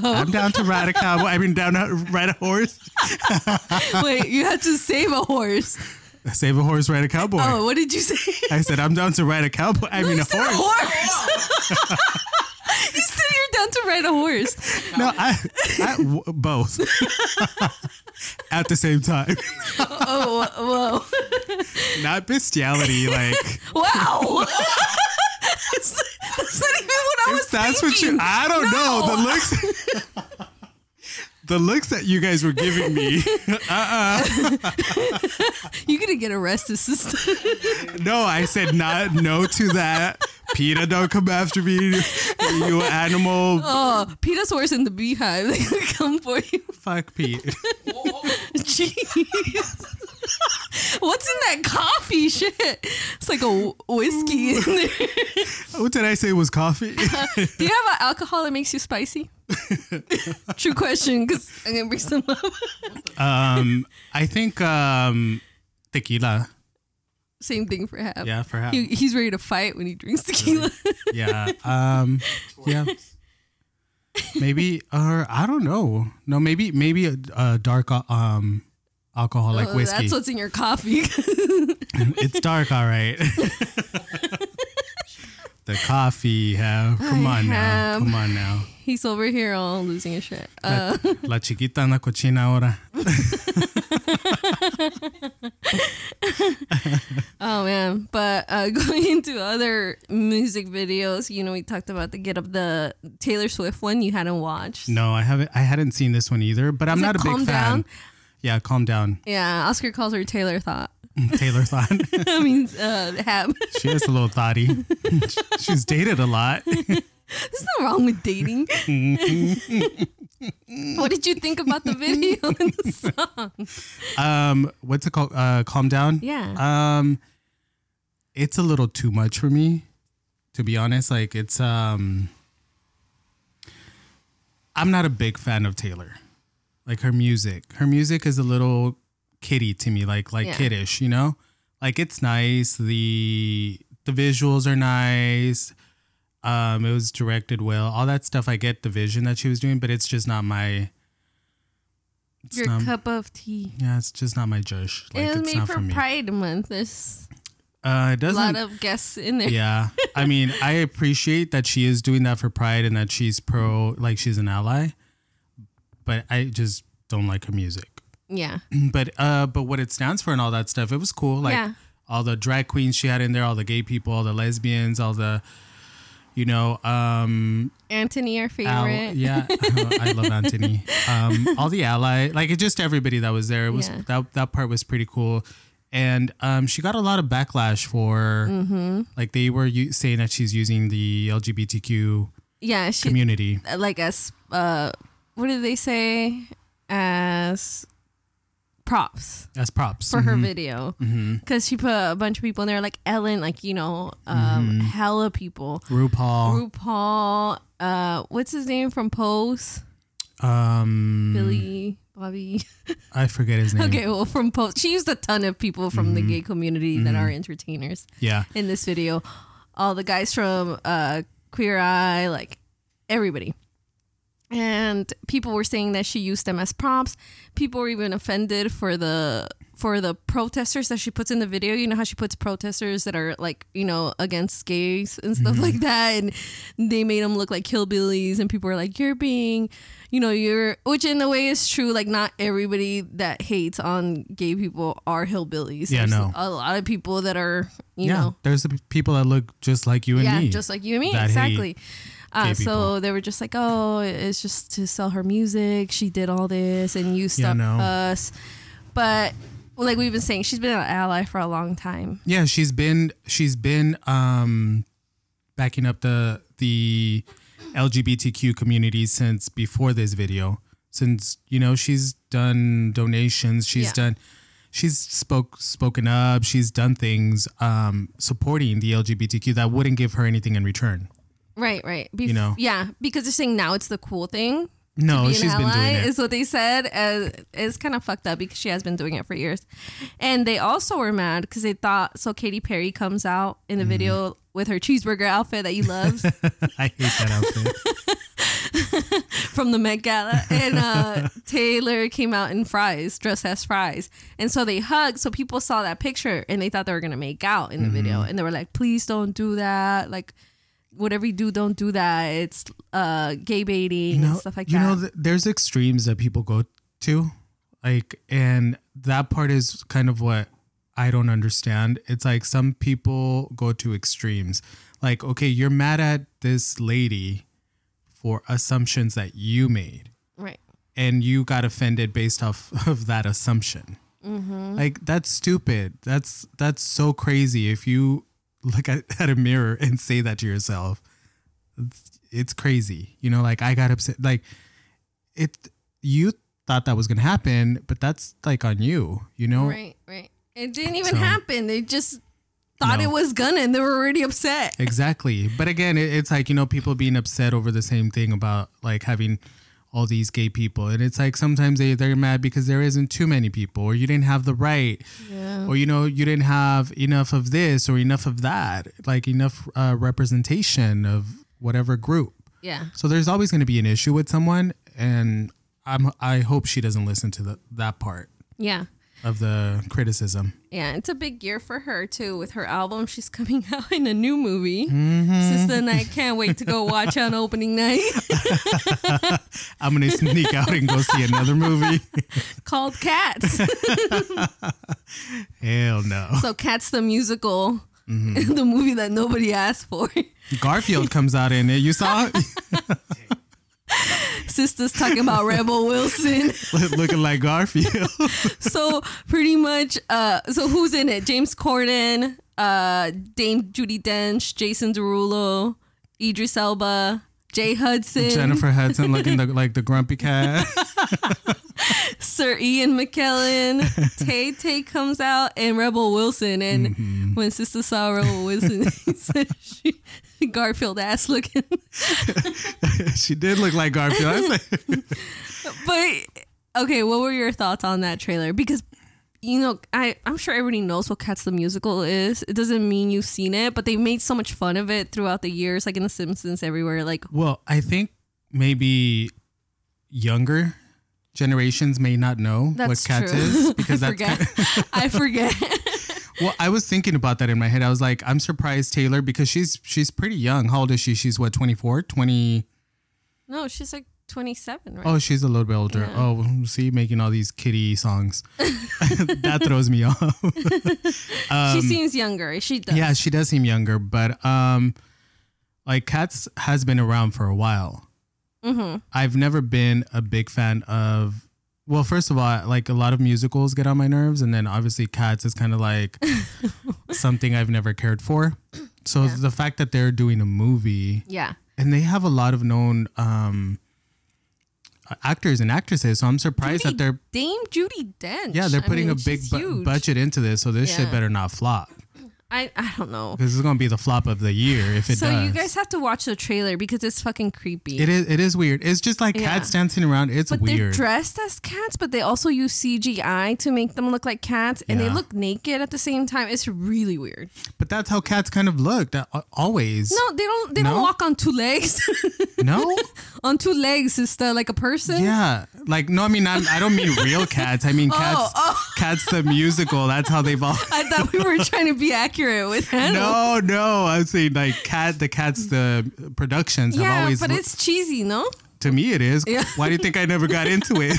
Speaker 2: I'm down to ride a cowboy. I mean, down to ride a horse.
Speaker 1: Oh, Wait, you have to save a horse.
Speaker 2: Save a horse, ride a cowboy.
Speaker 1: Oh, what did you say?
Speaker 2: I said I'm down to ride a cowboy. I mean, a
Speaker 1: said
Speaker 2: horse.
Speaker 1: you said you're down to ride a horse.
Speaker 2: No, I, I w- both at the same time.
Speaker 1: Oh, whoa.
Speaker 2: Not bestiality, like
Speaker 1: Wow. That's that's not even what I was
Speaker 2: if that's what
Speaker 1: thinking.
Speaker 2: you. I don't know the
Speaker 1: No.
Speaker 2: looks. The looks that you guys were giving me.
Speaker 1: You're going to get arrested, sister.
Speaker 2: No, I said not no to that. PETA don't come after me. You animal.
Speaker 1: Oh, Peter's horse in the beehive. They're going to come for you.
Speaker 2: Fuck Pete.
Speaker 1: Jeez. What's in that coffee shit? It's like a w- whiskey in there.
Speaker 2: What did I say was coffee?
Speaker 1: Do you have an alcohol that makes you spicy? True question, because I'm gonna bring some up.
Speaker 2: Um, I think um, tequila.
Speaker 1: Same thing for Hap.
Speaker 2: Yeah, perhaps.
Speaker 1: He, he's ready to fight when he drinks tequila.
Speaker 2: yeah. Um, yeah. Maybe, or I don't know. No, maybe, maybe a, a dark uh, um, alcohol like
Speaker 1: Oh,
Speaker 2: whiskey.
Speaker 1: That's what's in your coffee.
Speaker 2: it's dark, all right. the coffee, have. Come on now.
Speaker 1: have.
Speaker 2: Come on now.
Speaker 1: he's over here all losing his shit. Uh,
Speaker 2: La chiquita en la cochina ahora.
Speaker 1: oh man! But uh, going into other music videos, you know, we talked about the get up the Taylor Swift one you hadn't watched.
Speaker 2: No, I haven't. I hadn't seen this one either, but I'm
Speaker 1: Is it
Speaker 2: not a big
Speaker 1: Calm
Speaker 2: fan.
Speaker 1: Down?
Speaker 2: Yeah, calm down.
Speaker 1: Yeah, Oscar calls her Taylor Thought.
Speaker 2: Taylor thought
Speaker 1: I mean, uh, Hap.
Speaker 2: she is a little thotty. She's dated a lot.
Speaker 1: There's nothing wrong with dating. what did you think about the video and the song?
Speaker 2: um what's it called uh calm down
Speaker 1: Yeah.
Speaker 2: um it's a little too much for me to be honest like it's um i'm not a big fan of taylor like her music her music is a little kiddie to me like like
Speaker 1: Yeah.
Speaker 2: kiddish you know like it's nice the the visuals are nice um it was directed well all that stuff i get the vision that she was doing but it's just not my it's
Speaker 1: Your
Speaker 2: not-
Speaker 1: cup of tea.
Speaker 2: yeah, it's just not my jush. Like,
Speaker 1: it was
Speaker 2: it's
Speaker 1: made
Speaker 2: not
Speaker 1: for
Speaker 2: for me.
Speaker 1: Pride Month. There's
Speaker 2: Uh, it
Speaker 1: A lot
Speaker 2: doesn't.
Speaker 1: of guests in there.
Speaker 2: yeah, I mean, I appreciate that she is doing that for Pride and that she's pro, like she's an ally, but I just don't like her music.
Speaker 1: Yeah.
Speaker 2: But uh, but what it stands for and all that stuff, it was cool. Like
Speaker 1: Yeah.
Speaker 2: all the drag queens she had in there, all the gay people, all the lesbians, all the, you know, um,
Speaker 1: Anthony, our
Speaker 2: Al-
Speaker 1: favorite.
Speaker 2: yeah, I love Anthony. Um, all the ally, like it just everybody that was there. It was
Speaker 1: Yeah.
Speaker 2: that that part was pretty cool, and um, she got a lot of backlash for
Speaker 1: Mm-hmm.
Speaker 2: like they were u- saying that she's using the LGBTQ
Speaker 1: Yeah, she
Speaker 2: community.
Speaker 1: like as uh, what did they say as props
Speaker 2: As props,
Speaker 1: for her video because she put a bunch of people in there like Ellen, like you know, um, hella people.
Speaker 2: RuPaul,
Speaker 1: RuPaul, uh, what's his name from Pose?
Speaker 2: um,
Speaker 1: Billy, Bobby.
Speaker 2: I forget his name.
Speaker 1: Okay, well, from Pose, she used a ton of people from the gay community that are entertainers
Speaker 2: Yeah,
Speaker 1: in this video. All the guys from uh, Queer Eye, like everybody. And people were saying that she used them as props. People were even offended for the for the protesters that she puts in the video. You know how she puts protesters that are like you know against gays and stuff
Speaker 2: Mm-hmm.
Speaker 1: like that, and they made them look like hillbillies. And people were like, "You're being, you know, you're," which in a way is true. Like not everybody that hates on gay people are hillbillies.
Speaker 2: Yeah,
Speaker 1: There's
Speaker 2: no.
Speaker 1: a lot of people that are you
Speaker 2: yeah.
Speaker 1: know
Speaker 2: There's the p- people that look just like you and
Speaker 1: yeah,
Speaker 2: me.
Speaker 1: just like you and me,
Speaker 2: that hate
Speaker 1: exactly. Uh,
Speaker 2: people.
Speaker 1: so they were just like, "Oh, it's just to sell her music. She did all this, and you stopped
Speaker 2: no.
Speaker 1: us." But like we've been saying, she's been an ally for a long time.
Speaker 2: Yeah, she's been she's been um backing up the the LGBTQ community since before this video. Since you know she's done donations, she's
Speaker 1: Yeah.
Speaker 2: done she's spoke spoken up, she's done things um supporting the LGBTQ that wouldn't give her anything in return.
Speaker 1: Right, right. Bef-
Speaker 2: You know.
Speaker 1: yeah, because they're saying now it's the cool thing.
Speaker 2: No,
Speaker 1: Being
Speaker 2: she's
Speaker 1: an
Speaker 2: been doing
Speaker 1: ally
Speaker 2: it.
Speaker 1: is what they said. As it's kind of fucked up because she has been doing it for years, and they also were mad because they thought so. Katy Perry comes out in
Speaker 2: Mm-hmm.
Speaker 1: the video with her cheeseburger outfit that you love.
Speaker 2: I hate that outfit.
Speaker 1: from the Met Gala, and uh, Taylor came out in fries, dressed as fries, and so they hugged. So people saw that picture and they thought they were gonna make out in the
Speaker 2: Mm-hmm.
Speaker 1: video, and they were like, "Please don't do that! Like, whatever you do, don't do that. It's uh, gay baiting and stuff like
Speaker 2: you
Speaker 1: that."
Speaker 2: know, th- there's extremes that people go to, like, and that part is kind of what I don't understand. It's like some people go to extremes, like, okay, you're mad at this lady for assumptions that you made,
Speaker 1: right?
Speaker 2: and you got offended based off of that assumption. Like, that's stupid. That's that's so crazy. If you look at, at a mirror and say that to yourself, it's crazy. You know, like I got upset. Like it, you thought that was gonna happen, but that's like on you. You know,
Speaker 1: Right? Right? It didn't even
Speaker 2: Oh. So-
Speaker 1: happen. They just thought
Speaker 2: No.
Speaker 1: it was gonna, and they were already upset.
Speaker 2: exactly. But again, it, it's like you know people being upset over the same thing about like having all these gay people, and it's like sometimes they they're mad because there isn't too many people, or you didn't have the right,
Speaker 1: Yeah.
Speaker 2: or you know you didn't have enough of this or enough of that, like enough uh, representation of whatever group.
Speaker 1: Yeah.
Speaker 2: So there's always going to be an issue with someone, and I'm I hope she doesn't listen to the, that part
Speaker 1: Yeah.
Speaker 2: of the criticism.
Speaker 1: Yeah, it's a big year for her too. With her album, she's coming out in a new movie. Sister and I can't wait to go watch on opening night
Speaker 2: I'm going to sneak out and go see another movie.
Speaker 1: called Cats.
Speaker 2: Hell no.
Speaker 1: So Cats the musical, the movie that nobody asked for.
Speaker 2: Garfield comes out in it. You saw
Speaker 1: Sister's talking about Rebel Wilson.
Speaker 2: looking like Garfield.
Speaker 1: So pretty much, uh, so who's in it? James Corden, uh, Dame Judy Dench, Jason Derulo, Idris Elba, Jay Hudson,
Speaker 2: Jennifer Hudson looking the, like the grumpy cat.
Speaker 1: Sir Ian McKellen, Tay Tay comes out, and Rebel Wilson. And
Speaker 2: Mm-hmm.
Speaker 1: when Sister saw Rebel Wilson, she said she Garfield ass looking.
Speaker 2: she did look like Garfield. I was like,
Speaker 1: But okay, what were your thoughts on that trailer? Because you know, I I'm sure everybody knows what Cats the musical is. It doesn't mean you've seen it, but they made so much fun of it throughout the years, like in The Simpsons, everywhere. Like,
Speaker 2: well, I think maybe younger generations may not know
Speaker 1: That's
Speaker 2: what cats
Speaker 1: true.
Speaker 2: is because
Speaker 1: I
Speaker 2: that's
Speaker 1: forget. I forget.
Speaker 2: Well, I was thinking about that in my head. I was like, I'm surprised Taylor because she's she's pretty young. How old is she? She's what, 24, 20?
Speaker 1: No, she's like 27, right?
Speaker 2: Oh, she's a little bit older.
Speaker 1: Yeah.
Speaker 2: Oh, see, making all these kitty songs. that throws me off.
Speaker 1: she seems younger. She does.
Speaker 2: Oh, um, Yeah, she does seem younger, but um, like Cats has been around for a while.
Speaker 1: hmm
Speaker 2: I've never been a big fan of. Well, first of all, like a lot of musicals get on my nerves, and then obviously Cats is kind of like something I've never cared for. So
Speaker 1: Yeah.
Speaker 2: the fact that they're doing a movie
Speaker 1: Yeah.
Speaker 2: and they have a lot of known um actors and actresses, so I'm surprised
Speaker 1: Judy
Speaker 2: that they're
Speaker 1: Dame Judy Dench.
Speaker 2: yeah they're
Speaker 1: I
Speaker 2: putting
Speaker 1: mean,
Speaker 2: a big
Speaker 1: she's
Speaker 2: bu-
Speaker 1: huge.
Speaker 2: budget into this. So this shit
Speaker 1: Yeah.
Speaker 2: better not flop
Speaker 1: I, I don't know.
Speaker 2: because it's gonna be the flop of the year if it
Speaker 1: So
Speaker 2: does.
Speaker 1: you guys have to watch the trailer because it's fucking creepy.
Speaker 2: It is. It is weird. It's just like
Speaker 1: Yeah.
Speaker 2: cats dancing around. It's
Speaker 1: but they're
Speaker 2: weird.
Speaker 1: dressed as cats, but they also use CGI to make them look like cats, and they
Speaker 2: Yeah.
Speaker 1: look naked at the same time. It's really weird.
Speaker 2: but that's how cats kind of looked uh, always.
Speaker 1: No, they don't. They
Speaker 2: No?
Speaker 1: don't walk on two legs.
Speaker 2: No.
Speaker 1: on two legs, sister, like a person.
Speaker 2: yeah. Like no. I mean, not, I don't mean real cats. I mean
Speaker 1: Oh,
Speaker 2: cats. Cats the musical. That's how they've all.
Speaker 1: I thought we were trying to be accurate with animals.
Speaker 2: No, no. I was saying like cat. The cats. The productions have
Speaker 1: yeah,
Speaker 2: always.
Speaker 1: but
Speaker 2: loo-
Speaker 1: it's cheesy, no?
Speaker 2: to me, it is.
Speaker 1: Yeah.
Speaker 2: Why do you think I never got into it?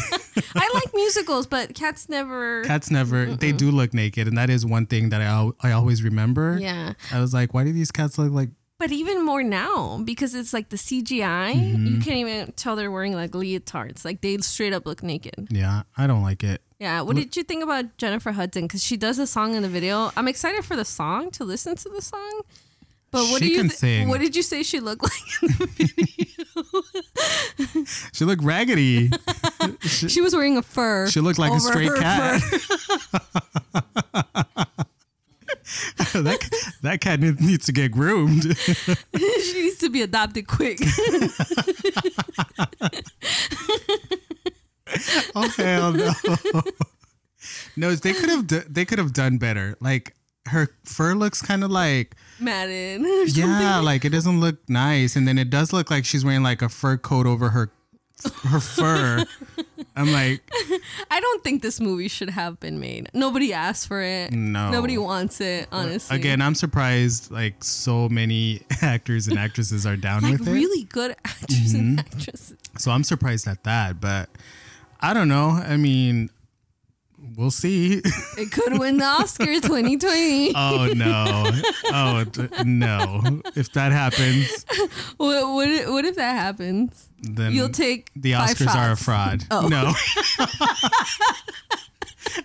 Speaker 1: I like musicals, but cats never.
Speaker 2: cats never. They do look naked, and that is one thing that I al- I always remember.
Speaker 1: Yeah.
Speaker 2: I was like, why do these cats look like?
Speaker 1: But even more now because it's like the CGI,
Speaker 2: Mm-hmm.
Speaker 1: you can't even tell they're wearing like leotards. Like they straight up look naked.
Speaker 2: Yeah, I don't like it.
Speaker 1: Yeah. What did you think about Jennifer Hudson? Because she does a song in the video. I'm excited for the song to listen to the song. But what
Speaker 2: She
Speaker 1: do you
Speaker 2: can
Speaker 1: thi-
Speaker 2: sing.
Speaker 1: What did you say she looked like?
Speaker 2: She looked raggedy.
Speaker 1: she was wearing a fur.
Speaker 2: She looked like a
Speaker 1: over
Speaker 2: stray
Speaker 1: her
Speaker 2: cat.
Speaker 1: fur.
Speaker 2: that, that cat need- needs to get groomed.
Speaker 1: she needs to be adopted quick.
Speaker 2: oh hell no! no, they could have d- they could have done better. Like her fur looks kind of like
Speaker 1: Madden.
Speaker 2: yeah, like it doesn't look nice, and then it does look like she's wearing like a fur coat over her her fur. I'm like,
Speaker 1: I don't think this movie should have been made. Nobody asked for it.
Speaker 2: No.
Speaker 1: Nobody wants it, honestly.
Speaker 2: again, I'm surprised. Like so many actors and actresses are down
Speaker 1: like
Speaker 2: with it. Mm-hmm.
Speaker 1: really good actors and actresses.
Speaker 2: So I'm surprised at that, but I don't know. I mean, we'll see.
Speaker 1: It could win the Oscar 2020.
Speaker 2: Oh no! Oh d- no! If that happens,
Speaker 1: what, what, if- what if that happens?
Speaker 2: then
Speaker 1: You'll take
Speaker 2: Mm-hmm. the
Speaker 1: five
Speaker 2: Oscars are a
Speaker 1: shots. Oh.
Speaker 2: fraud.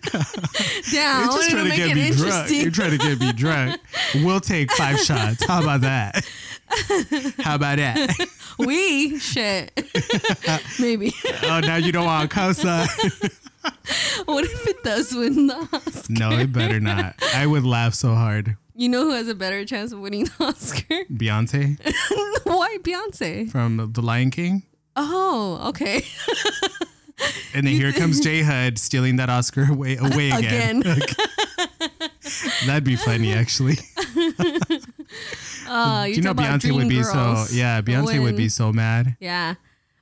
Speaker 2: No,
Speaker 1: Damn, I
Speaker 2: you're just
Speaker 1: wanted to
Speaker 2: trying to
Speaker 1: make
Speaker 2: get
Speaker 1: it
Speaker 2: me drunk. You're
Speaker 1: interesting.
Speaker 2: trying to get me drunk. We'll take five shots. How about that? How about that?
Speaker 1: we shit. Maybe.
Speaker 2: Oh, now you don't want Casa?
Speaker 1: what if it does win the Oscar?
Speaker 2: No, it better not. I would laugh so hard.
Speaker 1: You know who has a better chance of winning the Oscar?
Speaker 2: Beyonce
Speaker 1: Why Beyonce?
Speaker 2: from The Lion King,
Speaker 1: Oh, okay.
Speaker 2: and then here comes J Hud stealing that Oscar away away again.
Speaker 1: Again.
Speaker 2: That'd be funny, actually.
Speaker 1: Uh,
Speaker 2: Do you know Beyonce would be so? Yeah, Beyonce would be so mad.
Speaker 1: Yeah.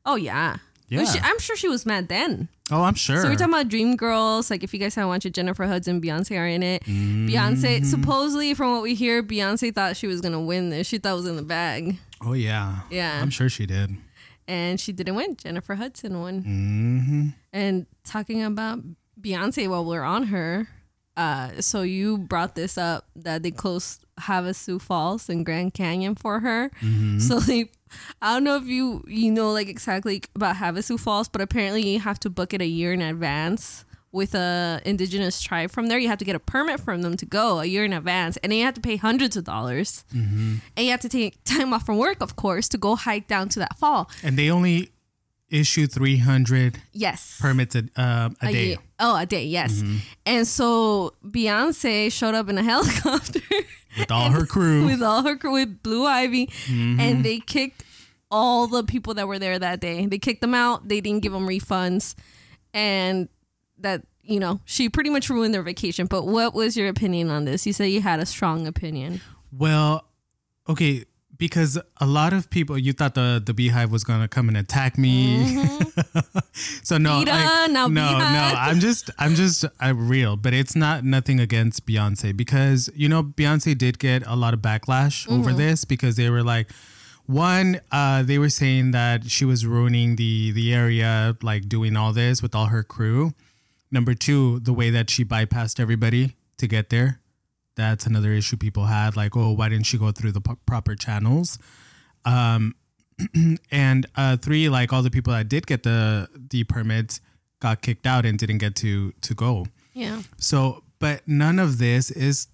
Speaker 1: Oh yeah.
Speaker 2: Yeah.
Speaker 1: She- I'm sure she was mad then.
Speaker 2: Oh, I'm sure.
Speaker 1: So we're talking about Dream Girls. Like if you guys haven't watched it, Jennifer Hudson, Beyonce are in it. Beyonce, supposedly from what we hear, Beyonce thought she was gonna win this. She thought it was in the bag,
Speaker 2: Oh yeah.
Speaker 1: Yeah.
Speaker 2: I'm sure she did.
Speaker 1: and she didn't win. Jennifer Hudson won. Mm-hmm. And talking about Beyonce while we're on her, uh, so you brought this up that they closed Havasu Falls in Grand Canyon for her. So they, I don't know if you you know like exactly about Havasu Falls, but apparently you have to book it a year in advance with a indigenous tribe from there. You have to get a permit from them to go a year in advance, and then you have to pay hundreds of dollars, and you have to take time off from work, of course, to go hike down to that fall.
Speaker 2: And they only issue 300
Speaker 1: Yes.
Speaker 2: permits a, um, a day. Mm-hmm.
Speaker 1: ye- Oh, a day, yes. And so Beyonce showed up in a helicopter
Speaker 2: With all her crew.
Speaker 1: with all her crew with Blue Ivy,
Speaker 2: Mm-hmm.
Speaker 1: and they kicked all the people that were there that day. They kicked them out. They didn't give them refunds, and that you know she pretty much ruined their vacation. But what was your opinion on this? You said you had a strong opinion.
Speaker 2: well, okay. because a lot of people you thought the the beehive was gonna come and attack me. so no,
Speaker 1: Beta,
Speaker 2: like,
Speaker 1: Mm-hmm. now
Speaker 2: no,
Speaker 1: beehive.
Speaker 2: no. I'm just I'm just I'm real, but it's not nothing against Beyonce because you know Beyonce did get a lot of backlash over
Speaker 1: Mm-hmm.
Speaker 2: this because they were like. One, uh, they were saying that she was ruining the the area, like doing all this with all her crew. Number two, the way that she bypassed everybody to get there. That's another issue people had. Like, oh, why didn't she go through the p- proper channels? Um, and uh, three, like all the people that did get the the permits got kicked out and didn't get to to go.
Speaker 1: Yeah.
Speaker 2: So, but none of this is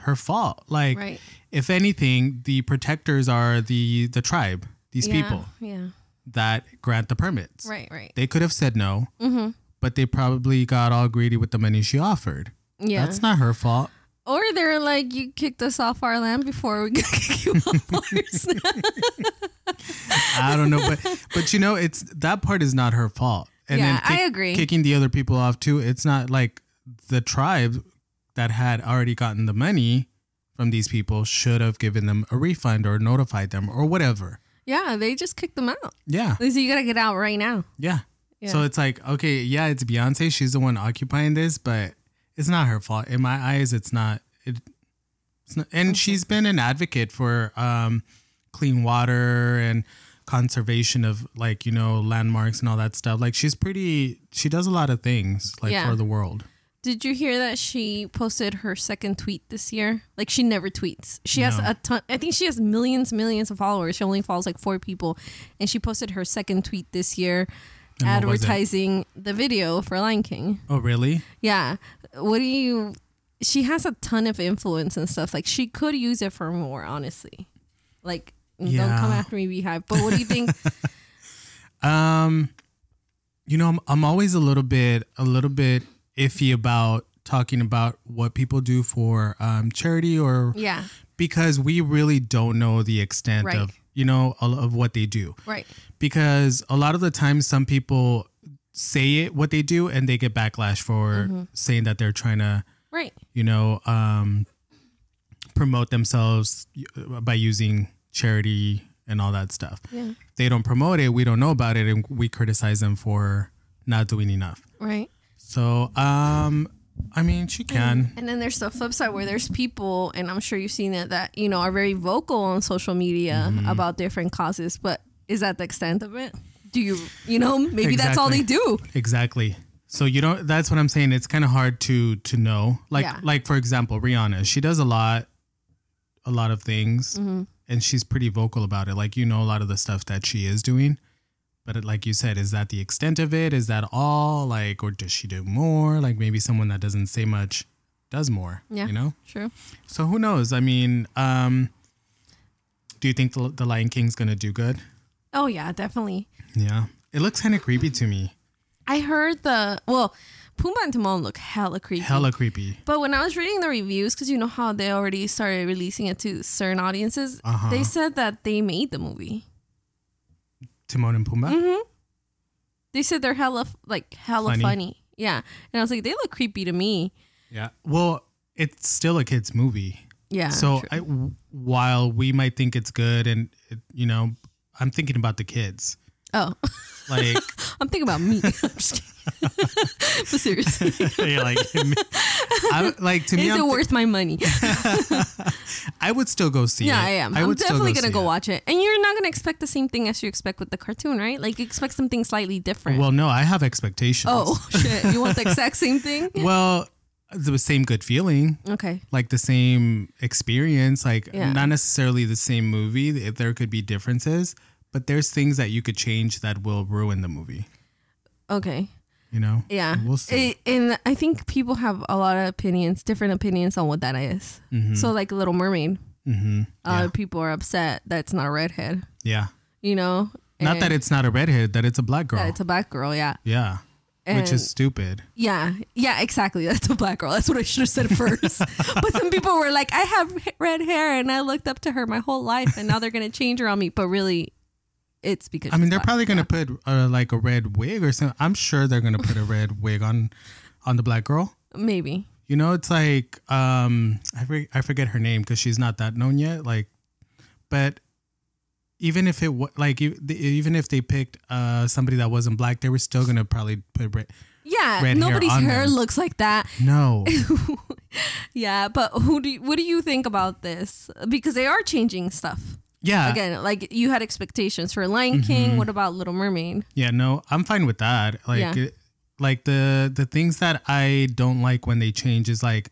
Speaker 2: her fault. Like,
Speaker 1: Right.
Speaker 2: if anything, the protectors are the the tribe, these
Speaker 1: Yeah.
Speaker 2: people
Speaker 1: Yeah.
Speaker 2: that grant the permits.
Speaker 1: Right. Mm-hmm. Right.
Speaker 2: They could have said no, but they probably got all greedy with the money she offered.
Speaker 1: Yeah.
Speaker 2: That's not her fault.
Speaker 1: or they're like, you kicked us off our land before we could kick you off ours.
Speaker 2: I don't know, but but you know, it's that part is not her fault.
Speaker 1: Yeah, I agree.
Speaker 2: Kicking the other people off too. It's not like the tribe that had already gotten the money from these people should have given them a refund or notified them or whatever.
Speaker 1: yeah. They just kicked them out.
Speaker 2: Yeah,
Speaker 1: They said, you got to get out right now.
Speaker 2: yeah. So
Speaker 1: Yeah.
Speaker 2: it's like okay, yeah, it's Beyonce. She's the one occupying this, but it's not her fault. In my eyes, it's not. It, it's not and she's been an advocate for um, clean water and conservation of like you know landmarks and all that stuff. Like she's pretty. She does a lot of things like
Speaker 1: Yeah.
Speaker 2: for the world.
Speaker 1: Did you hear that she posted her second tweet this year? Like she never tweets. She has
Speaker 2: No.
Speaker 1: a ton. I think she has millions, millions of followers. She only follows like four people, and she posted her second tweet this year,
Speaker 2: And what was it?
Speaker 1: advertising the video for Lion King.
Speaker 2: Oh really?
Speaker 1: Yeah. What do you? She has a ton of influence and stuff. Like she could use it for more, honestly. Like don't
Speaker 2: Yeah.
Speaker 1: come after me, Beehive. But what do you think?
Speaker 2: Um, you know, I'm I'm always a little bit a little bit iffy about talking about what people do for um, charity or
Speaker 1: yeah.
Speaker 2: because we really don't know the extent
Speaker 1: Right.
Speaker 2: of you know of of what they do
Speaker 1: Right.
Speaker 2: because a lot of the time some people say it what they do and they get backlash for
Speaker 1: Mm-hmm.
Speaker 2: saying that they're trying to
Speaker 1: Right.
Speaker 2: you know um promote themselves uh, by using charity and all that stuff
Speaker 1: Yeah.
Speaker 2: they don't promote it we don't know about it and we criticize them for not doing enough
Speaker 1: Right.
Speaker 2: so um i mean she can
Speaker 1: And then there's the flip side where there's people, and I'm sure you've seen it, that you know are very vocal on social media
Speaker 2: Mm-hmm.
Speaker 1: about different causes. But is that the extent of it? Do you, you know, maybe that's all they
Speaker 2: Exactly.
Speaker 1: do.
Speaker 2: Exactly. So you don't. That's what I'm saying. It's kind of hard to to know. Like
Speaker 1: Yeah.
Speaker 2: like for example, Rihanna. She does a lot, a lot of things,
Speaker 1: Mm-hmm.
Speaker 2: and she's pretty vocal about it. Like you know a lot of the stuff that she is doing, but it, like you said, is that the extent of it? Is that all? Like, or does she do more? Like maybe someone that doesn't say much does more.
Speaker 1: Yeah.
Speaker 2: You know.
Speaker 1: True.
Speaker 2: So who knows? I mean, um, do you think the, the Lion King's gonna do good?
Speaker 1: Oh yeah, definitely.
Speaker 2: Yeah. It looks kind of creepy to me.
Speaker 1: I heard the well, Pumbaa and Timon look hella creepy.
Speaker 2: Hella creepy.
Speaker 1: But when I was reading the reviews, because you know how they already started releasing it to certain audiences,
Speaker 2: Uh-huh.
Speaker 1: they said that they made the movie. Mm-hmm.
Speaker 2: Timon and Pumbaa.
Speaker 1: They said they're hella f- like hella
Speaker 2: Funny.
Speaker 1: funny. Yeah, and I was like, they look creepy to me.
Speaker 2: Yeah. Well, it's still a kids movie.
Speaker 1: Yeah. Ah,
Speaker 2: so
Speaker 1: true.
Speaker 2: I, while we might think it's good and it, you know, I'm thinking about the kids.
Speaker 1: oh.
Speaker 2: Like
Speaker 1: I'm thinking about me. I'm just kidding. but seriously, is
Speaker 2: you're like I'm, like to me
Speaker 1: it
Speaker 2: I'm thi-
Speaker 1: worth my money?
Speaker 2: I would still go see
Speaker 1: Yeah,
Speaker 2: it.
Speaker 1: I am. I am
Speaker 2: would still
Speaker 1: definitely gonna
Speaker 2: see
Speaker 1: go
Speaker 2: it.
Speaker 1: watch it. And you're not gonna expect the same thing as you expect with the cartoon, right? Like you expect something slightly different.
Speaker 2: Well, no, I have expectations.
Speaker 1: oh shit, you want the exact same thing?
Speaker 2: Well, the same good feeling,
Speaker 1: Okay.
Speaker 2: like the same experience, like
Speaker 1: Yeah.
Speaker 2: not necessarily the same movie. If there could be differences, but there's things that you could change that will ruin the movie.
Speaker 1: Okay.
Speaker 2: You know?
Speaker 1: Yeah. Eh,
Speaker 2: We'll see.
Speaker 1: It- and I think people have a lot of opinions, different opinions on what that is. So like Little Mermaid,
Speaker 2: mm-hmm.
Speaker 1: uh, people are upset that's not redhead.
Speaker 2: Yeah.
Speaker 1: You know.
Speaker 2: Not that
Speaker 1: And
Speaker 2: it's not a redhead, that it's a black girl.
Speaker 1: that it's a black girl. Yeah.
Speaker 2: yeah. Which
Speaker 1: And-
Speaker 2: is stupid.
Speaker 1: Yeah, yeah, exactly. That's a black girl. That's what I should have said first. but some people were like, I have h- red hair and I looked up to her my whole life and now they're going to change her on me. But really, it's because
Speaker 2: I mean,
Speaker 1: she's
Speaker 2: they're
Speaker 1: black.
Speaker 2: probably going to put uh, like a red wig or something. I'm sure they're going to put a red wig on on the black girl.
Speaker 1: Maybe.
Speaker 2: You know, it's like um I, re- I forget her name cuz she's not that known yet like but even if it was like e- the- even if they picked uh somebody that wasn't black, they were still gonna probably put red.
Speaker 1: Yeah,
Speaker 2: Red hair
Speaker 1: nobody's
Speaker 2: on
Speaker 1: hair
Speaker 2: them.
Speaker 1: looks like that.
Speaker 2: No,
Speaker 1: Yeah, but who do you, what do you think about this? Because they are changing stuff
Speaker 2: yeah,
Speaker 1: again. Like you had expectations for
Speaker 2: Mm-hmm.
Speaker 1: Lion King. What about Little Mermaid?
Speaker 2: yeah, no, I'm fine with that. Like,
Speaker 1: Yeah.
Speaker 2: it, like the the things that I don't like when they change is like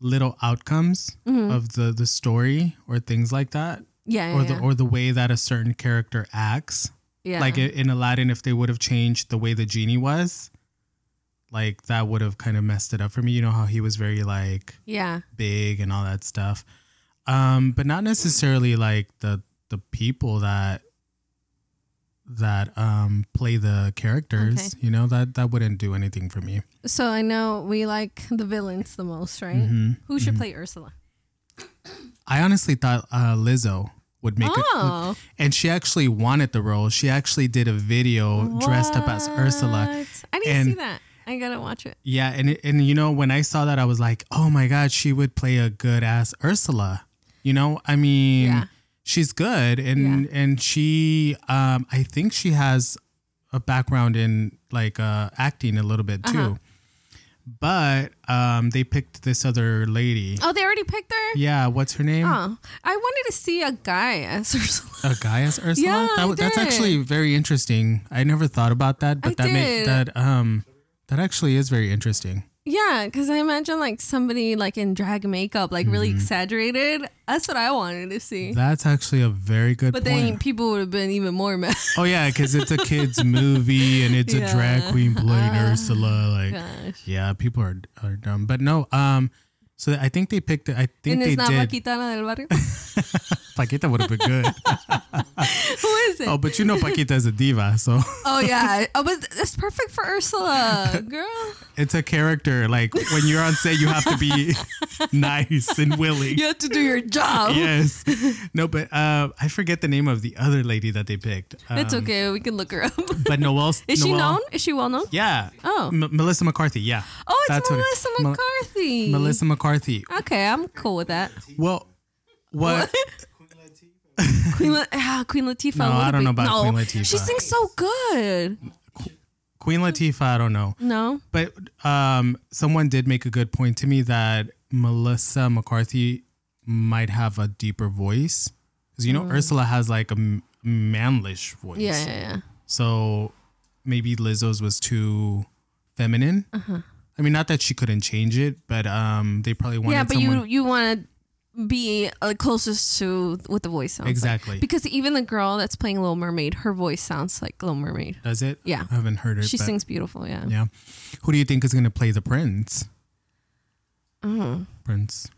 Speaker 2: little outcomes of the the story or things like that,
Speaker 1: Mm-hmm. Yeah,
Speaker 2: or
Speaker 1: yeah,
Speaker 2: the
Speaker 1: yeah.
Speaker 2: or the way that a certain character acts.
Speaker 1: yeah.
Speaker 2: Like i- in Aladdin, if they would have changed the way the genie was, like that would have kind of messed it up for me. You know how he was very like
Speaker 1: yeah,
Speaker 2: big and all that stuff. Um, but not necessarily like the the people that that um play the characters. You know that that wouldn't do anything for me.
Speaker 1: So I know we like the villains the most, right?
Speaker 2: Mm-hmm.
Speaker 1: Who should play Ursula?
Speaker 2: I honestly thought uh, Lizzo would make it,
Speaker 1: Oh,
Speaker 2: and she actually wanted the role. She actually did a video dressed up as Ursula.
Speaker 1: What? I didn't see
Speaker 2: And-
Speaker 1: that. I gotta watch it.
Speaker 2: Yeah, and it- and you know when I saw that I was like, "Oh my god, she would play a good ass Ursula." You know, I mean,
Speaker 1: Yeah.
Speaker 2: she's good and and she um I think she has a background in like uh acting a little
Speaker 1: Uh-huh.
Speaker 2: bit too. But um they picked this other lady.
Speaker 1: Oh, they already picked her.
Speaker 2: Yeah, what's her name?
Speaker 1: Oh, I wanted to see a guy as Ursula.
Speaker 2: A guy as Ursula?
Speaker 1: Yeah,
Speaker 2: That
Speaker 1: I
Speaker 2: w- that's
Speaker 1: did.
Speaker 2: actually very interesting. I never thought about that, but
Speaker 1: I
Speaker 2: that
Speaker 1: did.
Speaker 2: that um that actually is very interesting.
Speaker 1: Yeah, because I imagine like somebody like in drag makeup, like really exaggerated. That's what I wanted to see.
Speaker 2: Mm-hmm. That's actually a very good
Speaker 1: But
Speaker 2: point.
Speaker 1: then people would have been even more mad.
Speaker 2: Oh yeah, because it's a kids' movie and it's a drag
Speaker 1: Yeah. Uh-huh.
Speaker 2: queen playing Ursula. Like,
Speaker 1: Gosh.
Speaker 2: yeah, people are are dumb. But no, um, so I think they picked. I think
Speaker 1: And
Speaker 2: they
Speaker 1: it's not
Speaker 2: did.
Speaker 1: Paquita la del Barrio.
Speaker 2: Paquita would have been good.
Speaker 1: Who is it?
Speaker 2: oh,
Speaker 1: Oh,
Speaker 2: but you know, Paquita is a diva, so
Speaker 1: yeah. Oh, but that's perfect for Ursula, girl.
Speaker 2: it's a character. Like when you're on set, you have to be nice and willing.
Speaker 1: You have to do your job.
Speaker 2: Yes. No, but uh, I forget the name of the other lady that they picked. Um,
Speaker 1: It's okay. We can look her up.
Speaker 2: But Noelle.
Speaker 1: Is she
Speaker 2: Noelle-
Speaker 1: known? Is she well known?
Speaker 2: Yeah.
Speaker 1: Oh.
Speaker 2: M- Melissa McCarthy. Yeah.
Speaker 1: Oh, it's
Speaker 2: That's what it-
Speaker 1: Melissa
Speaker 2: Mel-
Speaker 1: McCarthy.
Speaker 2: Melissa McCarthy.
Speaker 1: Okay, I'm cool with that.
Speaker 2: Well, what?
Speaker 1: Queen, La- ah, Queen Latifah.
Speaker 2: No,
Speaker 1: what
Speaker 2: I
Speaker 1: a
Speaker 2: don't know
Speaker 1: big-
Speaker 2: about
Speaker 1: no.
Speaker 2: Queen Latifah.
Speaker 1: She sings so good.
Speaker 2: Queen Latifah, I don't know.
Speaker 1: No.
Speaker 2: But um, someone did make a good point to me that Melissa McCarthy might have a deeper voice. Because, you know, Ursula has like a m- manlish voice.
Speaker 1: Mm. Yeah, yeah, yeah.
Speaker 2: So maybe Lizzo's was too feminine.
Speaker 1: Uh-huh.
Speaker 2: I mean, not that she couldn't change it, but um, they probably wanted
Speaker 1: yeah, but
Speaker 2: someone.
Speaker 1: you you want to be uh, closest to what the voice sounds like.
Speaker 2: Exactly.
Speaker 1: Because even the girl that's playing Little Mermaid, her voice sounds like Little Mermaid.
Speaker 2: does it?
Speaker 1: Yeah.
Speaker 2: I haven't heard it.
Speaker 1: She
Speaker 2: but-
Speaker 1: sings beautiful, yeah.
Speaker 2: Yeah. Who do you think is going to play the prince?
Speaker 1: Mm.
Speaker 2: Prince.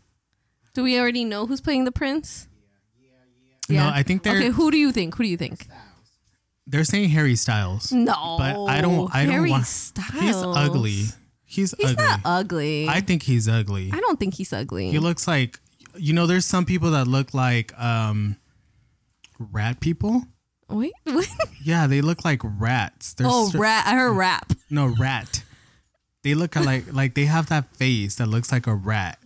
Speaker 1: Do we already know who's playing the prince?
Speaker 2: No, I think they're
Speaker 1: Okay, who do you think? Who do you think?
Speaker 2: they're saying Harry Styles.
Speaker 1: No,
Speaker 2: But I don't. I
Speaker 1: Oh, Harry
Speaker 2: don't want.
Speaker 1: Styles.
Speaker 2: He's ugly. He's,
Speaker 1: He's
Speaker 2: ugly.
Speaker 1: not ugly.
Speaker 2: I
Speaker 1: I,
Speaker 2: think he's ugly.
Speaker 1: don't think he's ugly.
Speaker 2: He looks like you know. There's some people that look like um, rat people.
Speaker 1: Wait, what?
Speaker 2: Yeah, they look like rats. They're
Speaker 1: Oh,
Speaker 2: str-
Speaker 1: rat. I heard rap.
Speaker 2: no rat. They look like like they have that face that looks like a rat.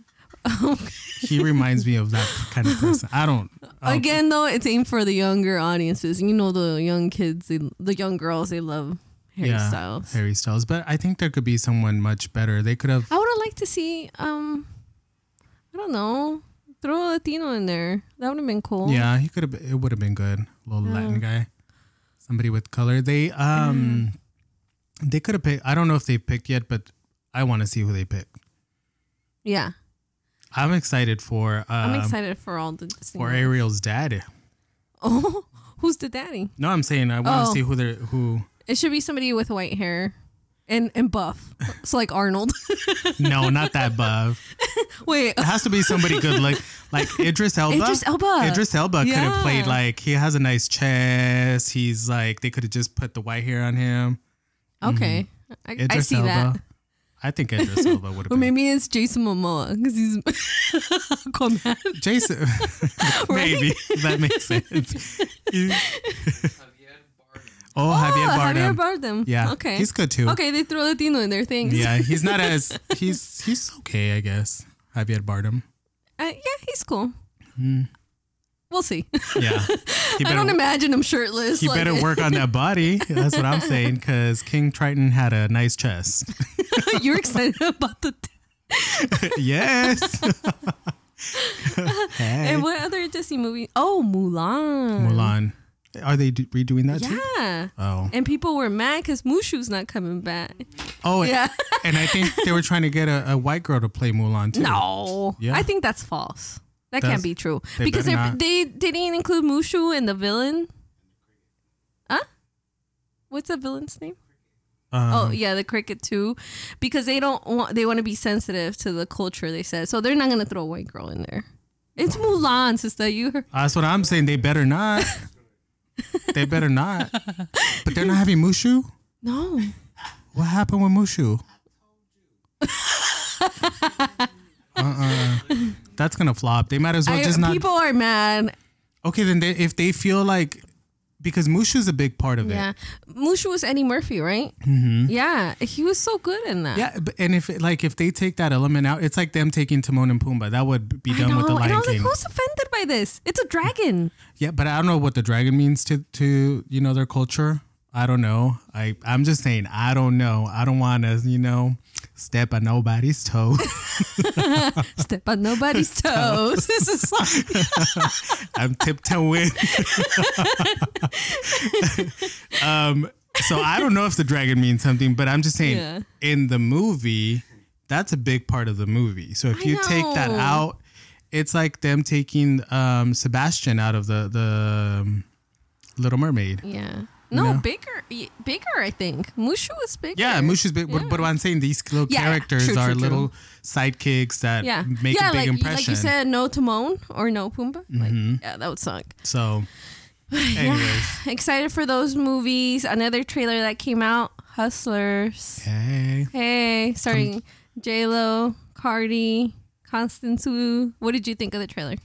Speaker 2: he reminds me of that kind of person. I don't. I don't-
Speaker 1: Again, though, it's aimed for the younger audiences. You know, the young kids, they, the young girls, they love Harry Styles.
Speaker 2: Harry Styles. But I think there could be someone much better. They could have.
Speaker 1: I would have liked to see, um, I don't know, throw a Latino in there. That would have been cool.
Speaker 2: Yeah, he could have. It would have been good. little Latin guy, somebody with color. They um,
Speaker 1: Mm-hmm.
Speaker 2: they could have picked. I don't know if they picked yet, but I want to see who they pick.
Speaker 1: Yeah.
Speaker 2: I'm excited for. Um,
Speaker 1: I'm excited for all the Disney
Speaker 2: for
Speaker 1: movies.
Speaker 2: Ariel's dad.
Speaker 1: Oh, who's the daddy?
Speaker 2: No, I'm saying I want to
Speaker 1: Oh.
Speaker 2: see who they're who.
Speaker 1: It should be somebody with white hair and, and buff. So, like Arnold.
Speaker 2: No, not that buff.
Speaker 1: Wait,
Speaker 2: It has to be somebody good, like like Idris Elba.
Speaker 1: Idris Elba.
Speaker 2: Idris Elba could have
Speaker 1: Yeah.
Speaker 2: played like he has a nice chest. He's like they could have just put the white hair on him.
Speaker 1: okay. I, I
Speaker 2: Mm-hmm. Idris
Speaker 1: see
Speaker 2: Elba.
Speaker 1: that.
Speaker 2: I think Idris Elba would have
Speaker 1: Or
Speaker 2: been
Speaker 1: maybe it's Jason Momoa because he's Aquaman.
Speaker 2: Jason. maybe that makes sense. You- oh, Javier
Speaker 1: Oh,
Speaker 2: Bardem.
Speaker 1: Javier Bardem.
Speaker 2: yeah,
Speaker 1: Okay.
Speaker 2: he's good too.
Speaker 1: Okay, they throw Latino in their things.
Speaker 2: Yeah, he's not as he's he's okay, I guess. Javier Bardem.
Speaker 1: Uh, yeah, he's cool. We'll see.
Speaker 2: Yeah. He
Speaker 1: I don't
Speaker 2: Hmm. better,
Speaker 1: imagine him shirtless.
Speaker 2: he
Speaker 1: like-
Speaker 2: better work on that body. That's what I'm saying. Because King Triton had a nice chest.
Speaker 1: You're excited about the.
Speaker 2: yes. hey.
Speaker 1: And what other Disney movie? Oh, Mulan.
Speaker 2: Mulan. Are they do- redoing that too?
Speaker 1: Yeah.
Speaker 2: Oh.
Speaker 1: And people were mad because Mushu's not coming back.
Speaker 2: Oh,
Speaker 1: Yeah.
Speaker 2: and I think they were trying to get a, a white girl to play Mulan too.
Speaker 1: No.
Speaker 2: Yeah.
Speaker 1: I think that's false. That
Speaker 2: That's-
Speaker 1: can't be true.
Speaker 2: they
Speaker 1: because
Speaker 2: better
Speaker 1: they're-
Speaker 2: not.
Speaker 1: they they didn't include Mushu and the villain. Huh? What's the villain's name?
Speaker 2: Um,
Speaker 1: oh yeah, the cricket too. Because they don't want they want to be sensitive to the culture they said. So they're not gonna throw a white girl in there. It's Mulan, sister. You heard
Speaker 2: That's what I'm saying. They better not. they better not. But they're not having Mushu.
Speaker 1: No.
Speaker 2: What happened with Mushu? uh-uh. That's gonna flop. They might as well
Speaker 1: I-
Speaker 2: just not.
Speaker 1: people are mad.
Speaker 2: okay, then they, if they feel like because Mushu's a big part of it.
Speaker 1: Yeah. Mushu was Eddie Murphy, right? Yeah. He was so good in that.
Speaker 2: Mm-hmm. Yeah, but, and if like if they take that element out, it's like them taking Timon and Pumbaa. That would be
Speaker 1: I
Speaker 2: done
Speaker 1: know.
Speaker 2: with the
Speaker 1: and I
Speaker 2: Lion
Speaker 1: was like,
Speaker 2: King.
Speaker 1: who's offended by this? It's a dragon.
Speaker 2: Yeah, but I don't know what the dragon means to to you know their culture. I don't know. I I'm just saying I don't know. I don't want to you know step on nobody's toe.
Speaker 1: Step on nobody's toes. this is like,
Speaker 2: I'm tiptoeing. um, so I don't know if the dragon means something, but I'm just saying
Speaker 1: Yeah.
Speaker 2: in the movie, that's a big part of the movie. So if
Speaker 1: I
Speaker 2: you take that
Speaker 1: know.
Speaker 2: out, it's like them taking um, Sebastian out of the the um, Little Mermaid.
Speaker 1: yeah. No,
Speaker 2: No.
Speaker 1: bigger, y- bigger. I think Mushu was bigger.
Speaker 2: Yeah, Mushu's big, but, but what I'm saying, these little
Speaker 1: Yeah, yeah.
Speaker 2: characters
Speaker 1: True, true,
Speaker 2: are
Speaker 1: true.
Speaker 2: little sidekicks that
Speaker 1: Yeah,
Speaker 2: make
Speaker 1: yeah,
Speaker 2: a big
Speaker 1: like,
Speaker 2: impression.
Speaker 1: Like you said, no Timon or no Pumbaa. Like, yeah, that would suck.
Speaker 2: so, anyways,
Speaker 1: Excited for those movies. Another trailer that came out, Hustlers.
Speaker 2: hey,
Speaker 1: Hey, starring J Lo, Cardi, Constance Wu. What did you think of the trailer?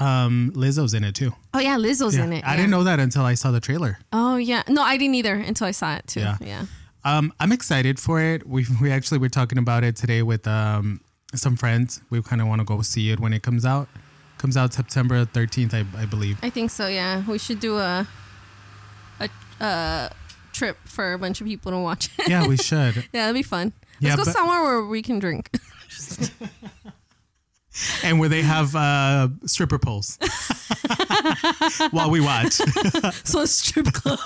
Speaker 2: um, Lizzo's in it too.
Speaker 1: Oh yeah, Lizzo's
Speaker 2: Yeah.
Speaker 1: in it.
Speaker 2: I didn't know that until I saw the trailer.
Speaker 1: Oh yeah, no, I didn't either until I saw it too.
Speaker 2: Yeah.
Speaker 1: yeah.
Speaker 2: Um, I'm excited for it. We we actually were talking about it today with um some friends. We kind of want to go see it when it comes out. Comes out September 13th, I, I believe.
Speaker 1: I think so. Yeah, we should do a a uh, trip for a bunch of people to watch it.
Speaker 2: Yeah, we should.
Speaker 1: yeah, that'd be fun. Let's
Speaker 2: Yeah,
Speaker 1: go
Speaker 2: but-
Speaker 1: somewhere where we can drink.
Speaker 2: and where they have uh, stripper poles while we watch.
Speaker 1: so a strip club.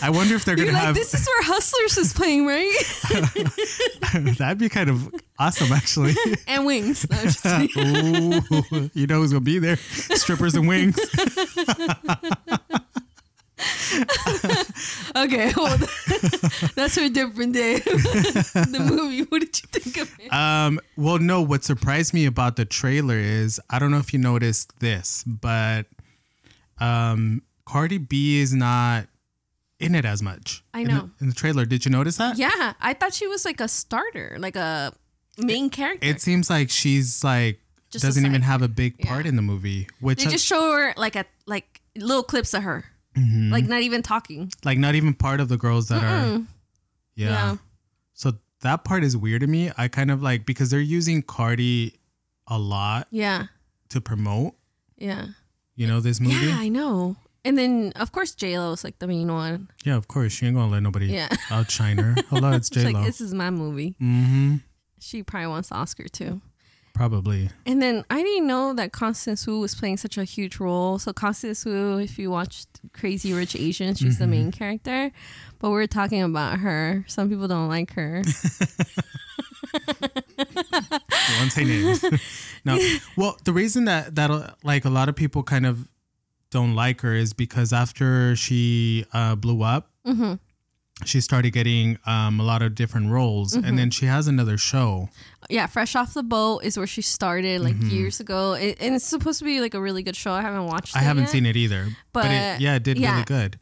Speaker 2: I wonder if they're
Speaker 1: You're
Speaker 2: gonna
Speaker 1: like,
Speaker 2: have.
Speaker 1: this is where Hustlers is playing, right?
Speaker 2: That'd be kind of awesome, actually.
Speaker 1: and Wings. No, I'm just kidding.
Speaker 2: Ooh, you know who's gonna be there? Strippers and wings.
Speaker 1: okay, well, that's for a different day. the movie. What did you think of it?
Speaker 2: Um, well, no. What surprised me about the trailer is I don't know if you noticed this, but um, Cardi B is not in it as much.
Speaker 1: I
Speaker 2: In the-
Speaker 1: know.
Speaker 2: in the trailer, did you notice that?
Speaker 1: yeah, I thought she was like a starter, like a main character.
Speaker 2: It seems like she's like
Speaker 1: Just a
Speaker 2: doesn't even
Speaker 1: side-
Speaker 2: have a big part
Speaker 1: yeah.
Speaker 2: in the movie, which
Speaker 1: they just show her like a like little clips of her,
Speaker 2: Mm-hmm.
Speaker 1: like not even talking.
Speaker 2: like not even part of the girls that are yeah.
Speaker 1: Yeah.
Speaker 2: so that part is weird to me i kind of like because they're using cardi a lot
Speaker 1: Yeah.
Speaker 2: to promote
Speaker 1: Yeah.
Speaker 2: you know this movie
Speaker 1: Yeah,
Speaker 2: yeah,
Speaker 1: I know. And then of course J Lo is like the main one.
Speaker 2: of course she ain't gonna let nobody
Speaker 1: Yeah.
Speaker 2: outshine her hello it's
Speaker 1: She's
Speaker 2: j-lo
Speaker 1: like, this is my movie.
Speaker 2: mm-hmm
Speaker 1: She probably wants the Oscar too.
Speaker 2: probably
Speaker 1: And then I didn't know that Constance Wu was playing such a huge role. So Constance Wu, if you watched Crazy Rich Asians, she's
Speaker 2: Mm-hmm.
Speaker 1: the main character. But we are talking about her. Some people don't like her.
Speaker 2: I won't say names. no. Well, the reason that that like a lot of people kind of don't like her is because after she uh, blew up,
Speaker 1: Mm-hmm.
Speaker 2: she started getting um, a lot of different roles, and
Speaker 1: Mm-hmm.
Speaker 2: then she has another show.
Speaker 1: yeah, Fresh Off the Boat is where she started like
Speaker 2: Mm-hmm.
Speaker 1: years ago. It, and it's supposed to be like a really good show. I haven't watched it.
Speaker 2: I haven't
Speaker 1: yet.
Speaker 2: seen it either, but,
Speaker 1: But,
Speaker 2: it, yeah, it did
Speaker 1: yeah.
Speaker 2: really good.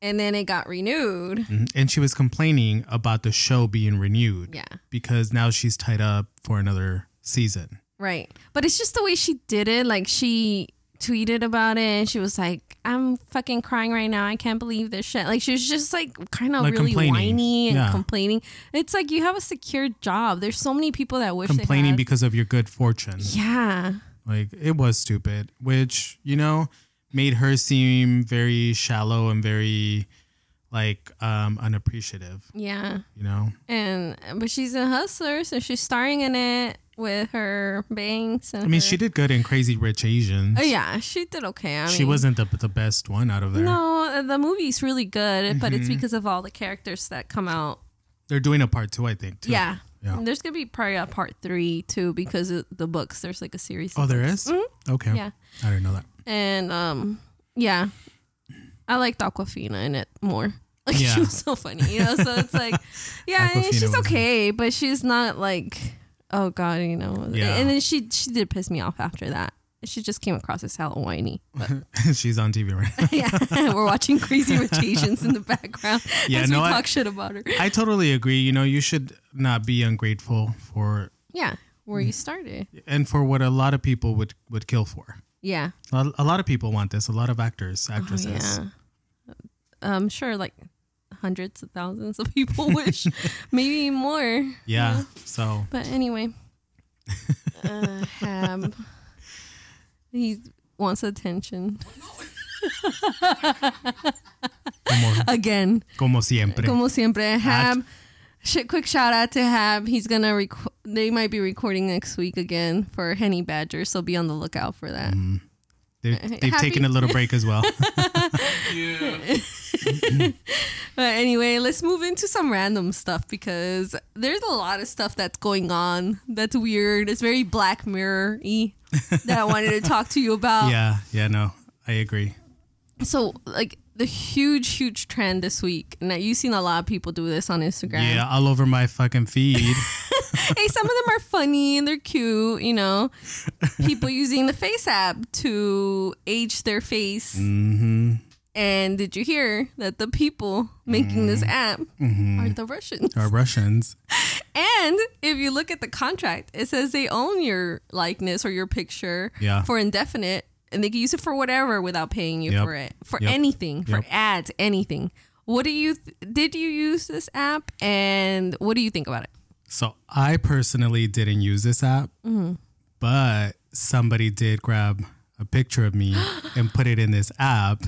Speaker 1: And then it got renewed.
Speaker 2: Mhm. And she was complaining about the show being renewed
Speaker 1: Yeah.
Speaker 2: because now she's tied up for another season.
Speaker 1: Right. But it's just the way she did it. Like she tweeted about it and she was like, I'm fucking crying right now. I can't believe this shit. Like she was just like kind of
Speaker 2: Like
Speaker 1: really
Speaker 2: complaining.
Speaker 1: whiny and
Speaker 2: Yeah.
Speaker 1: complaining. It's like you have a secure job. There's so many people that wish
Speaker 2: Complaining
Speaker 1: they had.
Speaker 2: because of your good fortune.
Speaker 1: yeah.
Speaker 2: Like it was stupid, which, you know, made her seem very shallow and very like um unappreciative,
Speaker 1: Yeah.
Speaker 2: you know?
Speaker 1: And but she's a hustler, so she's starring in it with her banks and
Speaker 2: I mean,
Speaker 1: her-
Speaker 2: she did good in Crazy Rich Asians.
Speaker 1: Oh, yeah, she did okay. I
Speaker 2: She
Speaker 1: mean,
Speaker 2: wasn't the the best one out of there.
Speaker 1: No,
Speaker 2: Mm-hmm.
Speaker 1: the movie's really good, but it's because of all the characters that come out.
Speaker 2: They're doing a part 2, I think, too.
Speaker 1: Yeah.
Speaker 2: Yeah.
Speaker 1: And There's gonna be probably a part three too because of the books. There's like a series.
Speaker 2: Oh,
Speaker 1: of
Speaker 2: there
Speaker 1: books.
Speaker 2: is? Okay.
Speaker 1: Mm-hmm. Yeah.
Speaker 2: I didn't know that.
Speaker 1: And um, yeah, I liked Aquafina in it more. Like
Speaker 2: Yeah.
Speaker 1: she was so funny, you know. So it's like, yeah, I mean,
Speaker 2: Awkwafina
Speaker 1: she's
Speaker 2: was-
Speaker 1: okay, but she's not like, oh god, you know.
Speaker 2: Yeah.
Speaker 1: And then she she did piss me off after that. She just came across as hella whiny. But
Speaker 2: She's on TV right now.
Speaker 1: yeah, we're watching Crazy Rich Asians in the background
Speaker 2: Yeah,
Speaker 1: as
Speaker 2: no,
Speaker 1: we
Speaker 2: I-
Speaker 1: talk shit about her.
Speaker 2: I totally agree. You know, you should not be ungrateful for
Speaker 1: Yeah, where you started.
Speaker 2: and for what a lot of people would would kill for.
Speaker 1: Yeah.
Speaker 2: A a lot of people want this. A lot of
Speaker 1: Oh,
Speaker 2: actors, actresses.
Speaker 1: yeah. I'm Um, sure like hundreds of thousands of people wish, maybe more.
Speaker 2: yeah. So
Speaker 1: But anyway, uh, Hab, he wants attention
Speaker 2: como,
Speaker 1: again.
Speaker 2: como siempre.
Speaker 1: Como siempre, Hab. Sh- quick shout out to Hab. He's gonna rec- They might be recording next week again for Henny Badger, so be on the lookout for that.
Speaker 2: they, they've
Speaker 1: eh, happy-
Speaker 2: taken a little break as well.
Speaker 1: But anyway, let's move into some random stuff because there's a lot of stuff that's going on that's weird. It's very Black Mirror y that I wanted to talk to you about.
Speaker 2: yeah. Yeah. No, I agree.
Speaker 1: So, like, the huge, huge trend this week, and that you've seen a lot of people do this on Instagram.
Speaker 2: Yeah. All over my fucking feed.
Speaker 1: Hey, some of them are funny and they're cute, you know. People using the face app to age their face.
Speaker 2: Mm.
Speaker 1: Mm-hmm. And did you hear that the people making this
Speaker 2: Mm-hmm.
Speaker 1: app are the Russians?
Speaker 2: are Russians.
Speaker 1: And if you look at the contract, it says they own your likeness or your picture
Speaker 2: Yeah.
Speaker 1: for indefinite and they can use it for whatever without paying you
Speaker 2: Yep.
Speaker 1: for it, for
Speaker 2: Yep.
Speaker 1: anything, for
Speaker 2: Yep.
Speaker 1: ads, anything. What do you th- did you use this app and what do you think about it?
Speaker 2: So I personally didn't use this app,
Speaker 1: Mm-hmm.
Speaker 2: but somebody did grab a picture of me and put it in this app.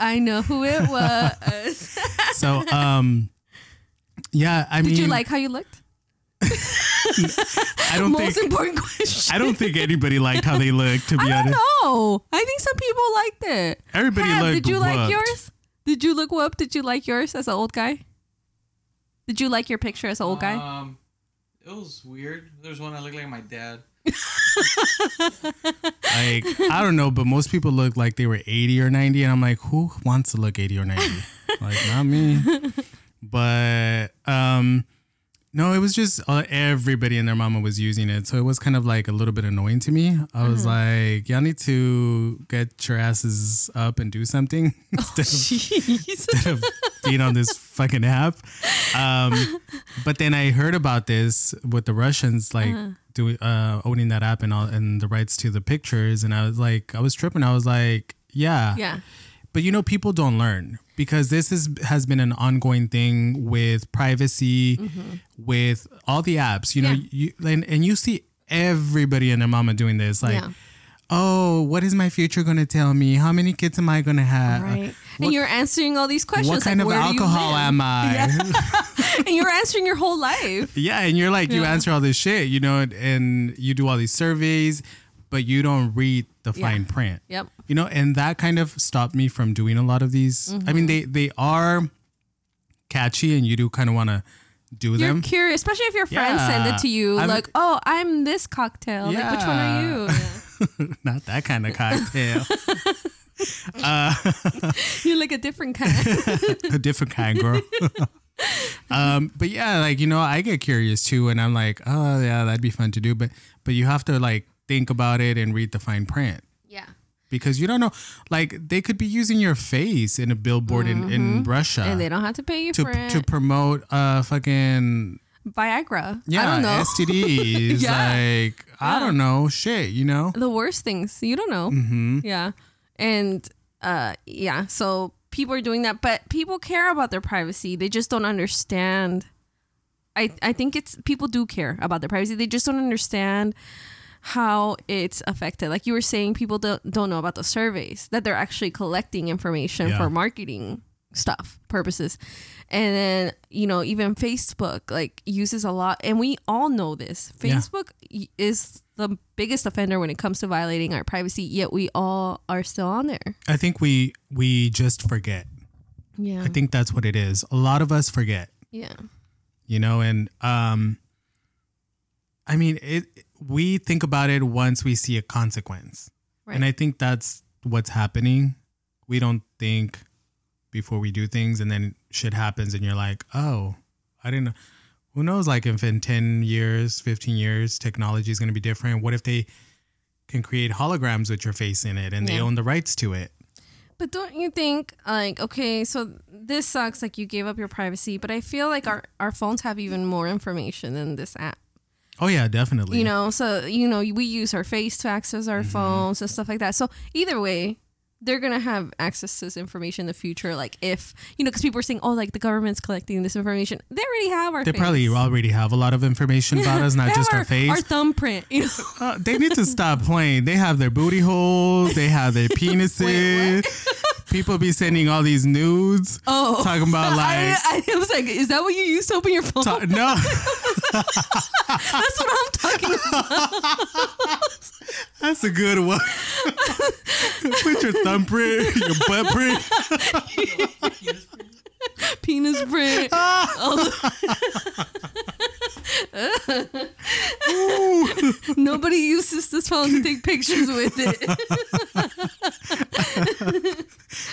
Speaker 1: I know who it was.
Speaker 2: So, um, yeah, I mean,
Speaker 1: did you like how you looked?
Speaker 2: I don't
Speaker 1: Most
Speaker 2: think
Speaker 1: important question.
Speaker 2: I don't think anybody liked how they looked. To be
Speaker 1: I don't
Speaker 2: honest,
Speaker 1: know. I think some people liked it.
Speaker 2: everybody
Speaker 1: Hab,
Speaker 2: looked.
Speaker 1: did you like
Speaker 2: whooped.
Speaker 1: yours? Did you look whoop? Did you like yours as an old guy? Did you like your picture as an old guy?
Speaker 3: Um, it was weird. There's one I looked like my dad.
Speaker 2: Like I don't know, but most people looked like they were eighty or ninety, and I'm like, who wants to look eighty or ninety? like not me. But um, no, it was just uh, everybody and their mama was using it, so it was kind of like a little bit annoying to me. I was like, y'all need to get your asses up and do something instead of
Speaker 1: Jeez.
Speaker 2: of being on this fucking app. Um, but then I heard about this with the Russians, like
Speaker 1: Uh-huh.
Speaker 2: doing uh, owning that app and all, and the rights to the pictures. And I was like, I was tripping. I was like, yeah,
Speaker 1: Yeah.
Speaker 2: But you know, people don't learn because this is has been an ongoing thing with privacy, with all the apps. You know,
Speaker 1: Mm-hmm. Yeah.
Speaker 2: you and, and you see everybody and their mama doing this, like.
Speaker 1: Yeah.
Speaker 2: Oh, what is my future gonna tell me? How many kids am I gonna have?
Speaker 1: Right.
Speaker 2: Uh, what-
Speaker 1: and you're answering all these questions.
Speaker 2: what kind
Speaker 1: like,
Speaker 2: of
Speaker 1: where do you
Speaker 2: alcohol
Speaker 1: live?
Speaker 2: am I?
Speaker 1: And you're answering your whole life.
Speaker 2: Yeah, and you're like you answer all this shit, you know, and, and you do all these surveys, but you don't read the
Speaker 1: Yeah.
Speaker 2: fine print.
Speaker 1: Yep.
Speaker 2: You know, and that kind of stopped me from doing a lot of these. I
Speaker 1: Mm-hmm.
Speaker 2: mean, they they are catchy, and you do kind of want to do
Speaker 1: You're
Speaker 2: them.
Speaker 1: curious, especially if your friends send
Speaker 2: Yeah.
Speaker 1: it to you,
Speaker 2: I'm-
Speaker 1: like, oh, I'm this cocktail. Like, which one are you?
Speaker 2: Not that kind of cocktail,
Speaker 1: You're like a different kind.
Speaker 2: a different kind, girl. um, but yeah, like you know, I get curious too, and I'm like, oh yeah, that'd be fun to do, but but you have to like think about it and read the fine print.
Speaker 1: yeah.
Speaker 2: because you don't know like they could be using your face in a billboard in, in russia
Speaker 1: Mm-hmm. And they don't have to pay you
Speaker 2: to,
Speaker 1: for it.
Speaker 2: to promote uh fucking
Speaker 1: Viagra.
Speaker 2: yeah
Speaker 1: I don't know.
Speaker 2: stds
Speaker 1: Yeah.
Speaker 2: like i don't know shit you know
Speaker 1: the worst things. You don't know. Yeah. And uh yeah, so people are doing that, but people care about their privacy. They just don't understand. I I think it's people do care about their privacy. They just don't understand how it's affected. Like you were saying, people don't, don't know about the surveys, that they're actually collecting information
Speaker 2: Yeah.
Speaker 1: for marketing stuff purposes. And then, you know, even Facebook like uses a lot and we all know this.
Speaker 2: Yeah.
Speaker 1: Facebook y is the biggest offender when it comes to violating our privacy, yet we all are still on there.
Speaker 2: I think we we just forget.
Speaker 1: Yeah.
Speaker 2: I think that's what it is. A lot of us forget.
Speaker 1: yeah.
Speaker 2: you know and um i mean it we think about it once we see a consequence and
Speaker 1: Right.
Speaker 2: i think that's what's happening we don't think before we do things and then shit happens and you're like oh i didn't know who knows like if in 10 years 15 years technology is going to be different what if they can create holograms with your face in it and they
Speaker 1: Yeah.
Speaker 2: own the rights to it
Speaker 1: But don't you think like okay, so this sucks like you gave up your privacy, but I feel like our our phones have even more information than this app.
Speaker 2: oh yeah definitely
Speaker 1: You know, so you know, we use our face to access
Speaker 2: Mm-hmm.
Speaker 1: our phones and stuff like that. So either way, they're going to have access to this information in the future like if, you know, cuz people are saying, "Oh, like the government's collecting this information." They already have our
Speaker 2: they
Speaker 1: face.
Speaker 2: probably already have a lot of information about us
Speaker 1: They
Speaker 2: not
Speaker 1: have
Speaker 2: just our,
Speaker 1: our
Speaker 2: face
Speaker 1: Our thumbprint, you know.
Speaker 2: Uh, they need to stop playing. They have their booty holes. They have their penises. People be sending all these nudes.
Speaker 1: Oh.
Speaker 2: talking about like
Speaker 1: I, I was like, "Is that what you used to open your phone?"
Speaker 2: ta- no.
Speaker 1: That's what I'm talking about.
Speaker 2: That's a good one. Put your thumbprint, your butt print.
Speaker 1: penis print.
Speaker 2: Oh.
Speaker 1: Nobody uses this phone to take pictures with it.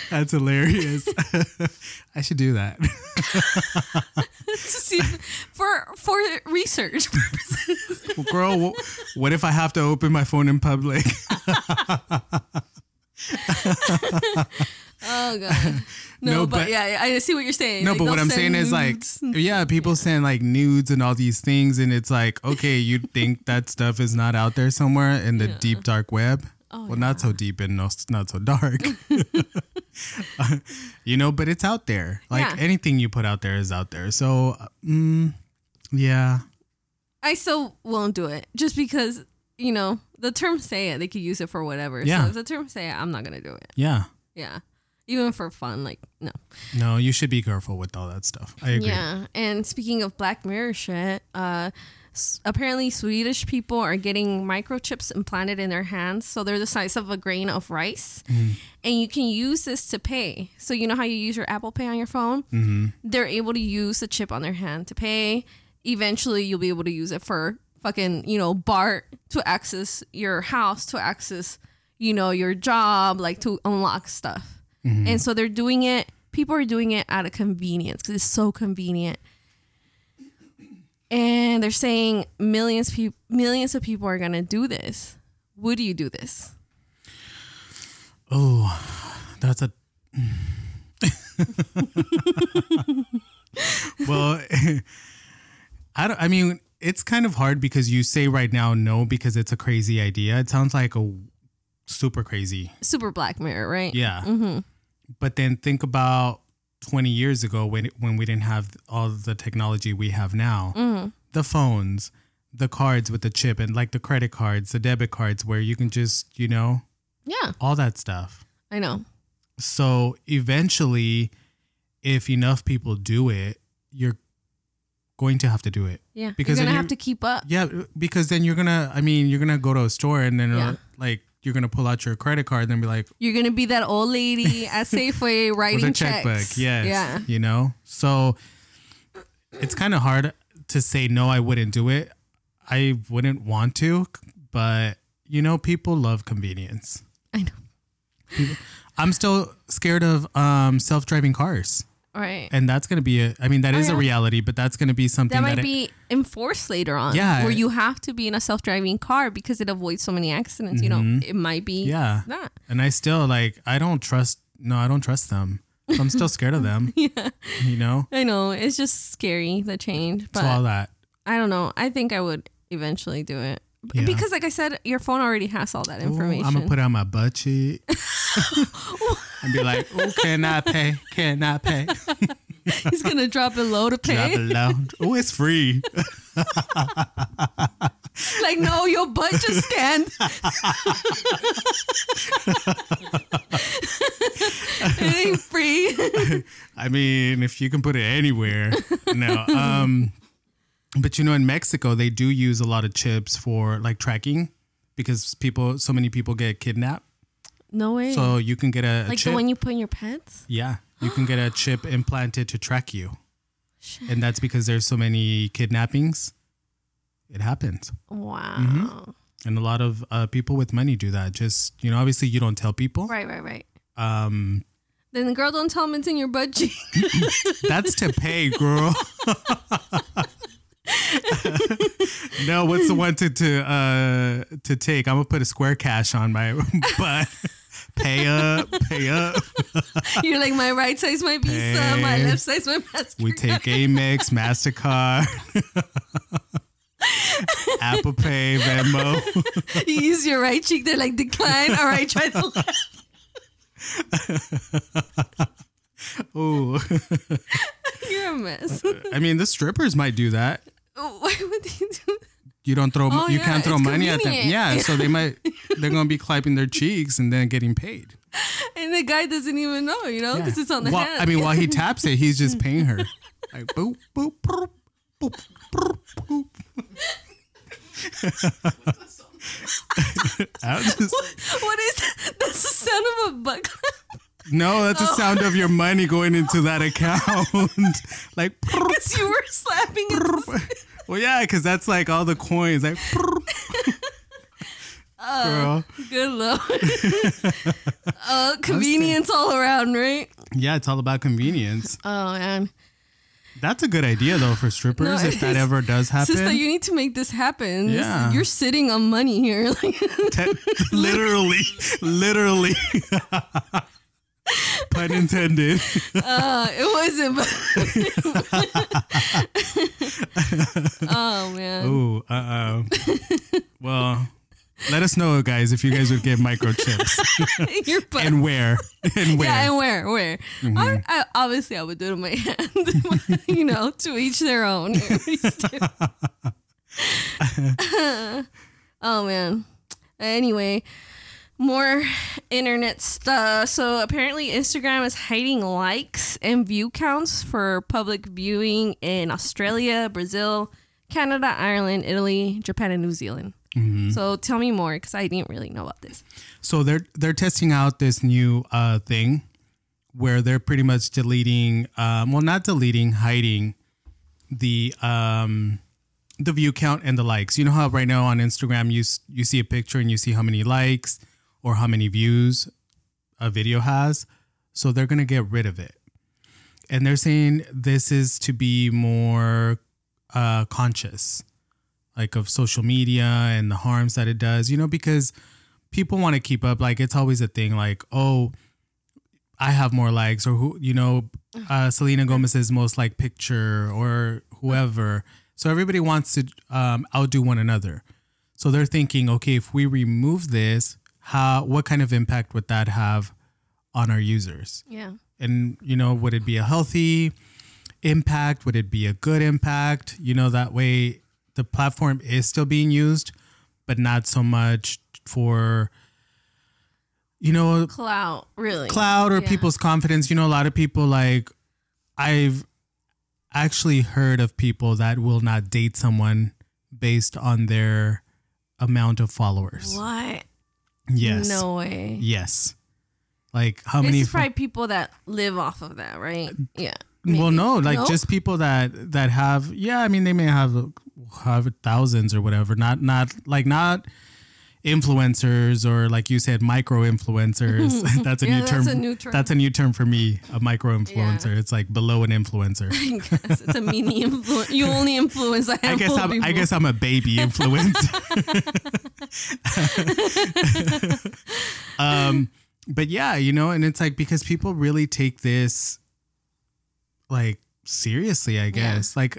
Speaker 2: That's hilarious. I should do that.
Speaker 1: To see- for for research.
Speaker 2: Girl, wh- what if I have to open my phone in public?
Speaker 1: Oh god. No,
Speaker 2: No,
Speaker 1: but,
Speaker 2: but-
Speaker 1: yeah, yeah, I see what you're saying.
Speaker 2: No,
Speaker 1: Like,
Speaker 2: but
Speaker 1: they'll "Mm-hmm."
Speaker 2: what I'm saying
Speaker 1: send
Speaker 2: is like,
Speaker 1: nudes.
Speaker 2: yeah, people send like nudes and all these things, and it's like, okay, you think that stuff is not out there somewhere in the deep dark web?
Speaker 1: Oh,
Speaker 2: well, not so deep and no, not so dark, you know. But it's out there. Like
Speaker 1: Yeah.
Speaker 2: anything you put out there is out there. So, mm, yeah,
Speaker 1: I still won't do it just because you know the term "say it." They could use it for whatever.
Speaker 2: Yeah.
Speaker 1: So if the term "say it," I'm not gonna do it.
Speaker 2: yeah.
Speaker 1: Yeah. Even for fun, like no.
Speaker 2: No, you should be careful with all that stuff. I agree.
Speaker 1: Yeah, and speaking of Black Mirror shit, uh, s- apparently Swedish people are getting microchips implanted in their hands, so they're the size of a grain of rice,
Speaker 2: Mm.
Speaker 1: and you can use this to pay. So you know how you use your Apple Pay on your phone? Mm-hmm. They're able to use the chip on their hand to pay. Eventually, you'll be able to use it for fucking you know Bart to access your house, to access you know your job, like to unlock stuff. And so they're doing it. People are doing it out of convenience because it's so convenient. And they're saying millions peop millions of people are gonna do this. Would you do this?
Speaker 2: Oh, that's a. well, I don't. I mean, it's kind of hard because you say right now no because it's a crazy idea. It sounds like a super crazy.
Speaker 1: Super Black Mirror, right?
Speaker 2: Yeah. But then think about 20 years ago when when we didn't have all the technology we have now. The phones, the cards with the chip and like the credit cards, the debit cards where you can just, you know,
Speaker 1: Yeah,
Speaker 2: all that stuff.
Speaker 1: I know.
Speaker 2: So eventually, if enough people do it, you're going to have to do it.
Speaker 1: Yeah,
Speaker 2: Because
Speaker 1: you're
Speaker 2: then
Speaker 1: gonna
Speaker 2: you-
Speaker 1: have to keep up.
Speaker 2: Yeah, because then you're gonna. I mean, you're gonna go to a store and then uh,
Speaker 1: Yeah.
Speaker 2: like you're gonna pull out your credit card and then be like,
Speaker 1: You're gonna be that old lady at Safeway writing
Speaker 2: with a checkbook.
Speaker 1: checks.
Speaker 2: Yes.
Speaker 1: Yeah.
Speaker 2: You know? So it's kind of hard to say, no, I wouldn't do it. I wouldn't want to, but you know, people love convenience.
Speaker 1: I know.
Speaker 2: I'm still scared of um, self driving cars.
Speaker 1: All right.
Speaker 2: And that's going to be a, I mean, that is
Speaker 1: Oh, yeah.
Speaker 2: a reality, but that's going to be something
Speaker 1: That
Speaker 2: that,
Speaker 1: might be
Speaker 2: it-
Speaker 1: enforced later on.
Speaker 2: Yeah.
Speaker 1: Where you have to be in a self driving car because it avoids so many accidents. You know, it might be
Speaker 2: Mm-hmm. yeah.
Speaker 1: that.
Speaker 2: And I still like, I don't trust, no, I don't trust them. So I'm still scared of them. yeah. You know?
Speaker 1: I know. It's just scary the change. But
Speaker 2: So all that.
Speaker 1: I don't know. I think I would eventually do it. B-
Speaker 2: Yeah.
Speaker 1: Because, like I said, your phone already has all that information.
Speaker 2: I'm gonna put out my butt cheek and be like, "Ooh, can I pay? Can I pay?
Speaker 1: He's going to drop it low to
Speaker 2: Drop it
Speaker 1: pay.
Speaker 2: low. Oh, it's free.
Speaker 1: like, no, you your butt just stand. it ain't free.
Speaker 2: I mean, if you can put it anywhere. No. Um but you know in Mexico they do use a lot of chips for like tracking because people so many people get kidnapped.
Speaker 1: No way.
Speaker 2: So you can get a, a
Speaker 1: Mm. like
Speaker 2: chip.
Speaker 1: the one you put in your pants?
Speaker 2: yeah. You can get a chip implanted to track you. And that's because there's so many kidnappings. It happens.
Speaker 1: Wow.
Speaker 2: And a lot of uh, people with money do that. Just, you know, obviously you don't tell people.
Speaker 1: Right, right, right.
Speaker 2: Um,
Speaker 1: Then the girl don't tell him it's in your butt cheek.
Speaker 2: That's to pay, girl. no, what's the one to to uh to take? I'm gonna put a square cash on my butt. pay up, pay up.
Speaker 1: You're like, my right side's my visa, my
Speaker 2: Hey.
Speaker 1: left side's my master.
Speaker 2: We take Amex, Mastercard, Apple Pay, Venmo.
Speaker 1: you use your right cheek. They're like, decline. All right, try the left.
Speaker 2: Ooh,
Speaker 1: You're a mess.
Speaker 2: I mean the strippers might do that.
Speaker 1: Why would you do that?
Speaker 2: You don't throw.
Speaker 1: Oh,
Speaker 2: you
Speaker 1: yeah,
Speaker 2: can't throw
Speaker 1: it's
Speaker 2: money at them.
Speaker 1: convenient.
Speaker 2: Yeah, so they might. They're gonna be clapping their cheeks and then getting paid.
Speaker 1: And the guy doesn't even know, you know, because Oh,
Speaker 2: Yeah.
Speaker 1: it's on the
Speaker 2: While-
Speaker 1: hand.
Speaker 2: I mean, while he taps it, he's just paying her. Like boop boop boop boop boop. boop. I was just-
Speaker 1: what is that? That's the sound of a butt clap.
Speaker 2: no, that's
Speaker 1: Oh.
Speaker 2: the sound of your money going into that account. like,
Speaker 1: Because you were slapping it.
Speaker 2: well, yeah, because that's like all the coins. Like,
Speaker 1: Oh.
Speaker 2: girl,
Speaker 1: Good lord. uh, convenience all around, right?
Speaker 2: yeah, it's all about convenience.
Speaker 1: Oh, man.
Speaker 2: That's a good idea though for strippers
Speaker 1: No,
Speaker 2: if that
Speaker 1: it's-
Speaker 2: ever does happen.
Speaker 1: Sister, you need to make this happen. This-
Speaker 2: Yeah.
Speaker 1: you're sitting on money here. Like,
Speaker 2: Te- literally, literally. Pun intended.
Speaker 1: uh, it wasn't. But oh, man.
Speaker 2: Ooh, uh oh. well, let us know, guys, if you guys would get microchips
Speaker 1: Your butt.
Speaker 2: and where and where.
Speaker 1: Yeah, and where? Where? I, I, obviously, I would do it in my hand. you know, to each their own. Everybody's different. oh man. Anyway, more internet stuff. So apparently, Instagram is hiding likes and view counts for public viewing in Australia, Brazil, Canada, Ireland, Italy, Japan, and New Zealand. So tell me more because I didn't really know about this.
Speaker 2: so they're they're testing out this new uh, thing where they're pretty much deleting, um, well, not deleting, hiding the um, the view count and the likes. You know how right now on Instagram you s- you see a picture and you see how many likes or how many views a video has. So they're gonna get rid of it, and they're saying this is to be more uh, conscious, like of social media and the harms that it does. You know because people want to keep up. Like it's always a thing. Like oh, I have more likes, or who you know, uh, Selena Gomez's most like picture, or whoever. So everybody wants to um, outdo one another. So they're thinking, okay, if we remove this, how what kind of impact would that have on our users?
Speaker 1: Yeah.
Speaker 2: and you know would it be a healthy impact would it be a good impact you know that way the platform is still being used but not so much for you know
Speaker 1: Clout, really.
Speaker 2: cloud or
Speaker 1: Yeah.
Speaker 2: people's confidence you know a lot of people like i've actually heard of people that will not date someone based on their amount of followers
Speaker 1: What?
Speaker 2: yes
Speaker 1: No way.
Speaker 2: yes like how
Speaker 1: This
Speaker 2: many
Speaker 1: is
Speaker 2: fo-
Speaker 1: probably people that live off of that, right? Yeah.
Speaker 2: Well,
Speaker 1: Maybe.
Speaker 2: no, like
Speaker 1: No?
Speaker 2: just people that that have yeah. I mean, they may have have thousands or whatever. Not not like not influencers or like you said, micro influencers. that's a
Speaker 1: Yeah,
Speaker 2: new
Speaker 1: that's
Speaker 2: term.
Speaker 1: a new term.
Speaker 2: That's a new term for me. A micro influencer. It's like below an influencer.
Speaker 1: I guess it's a mini influence. You only influence a handful
Speaker 2: I guess
Speaker 1: of
Speaker 2: I'm I
Speaker 1: people.
Speaker 2: guess I'm a baby influencer. um, but yeah, you know, and it's like because people really take this like seriously, I guess. Like,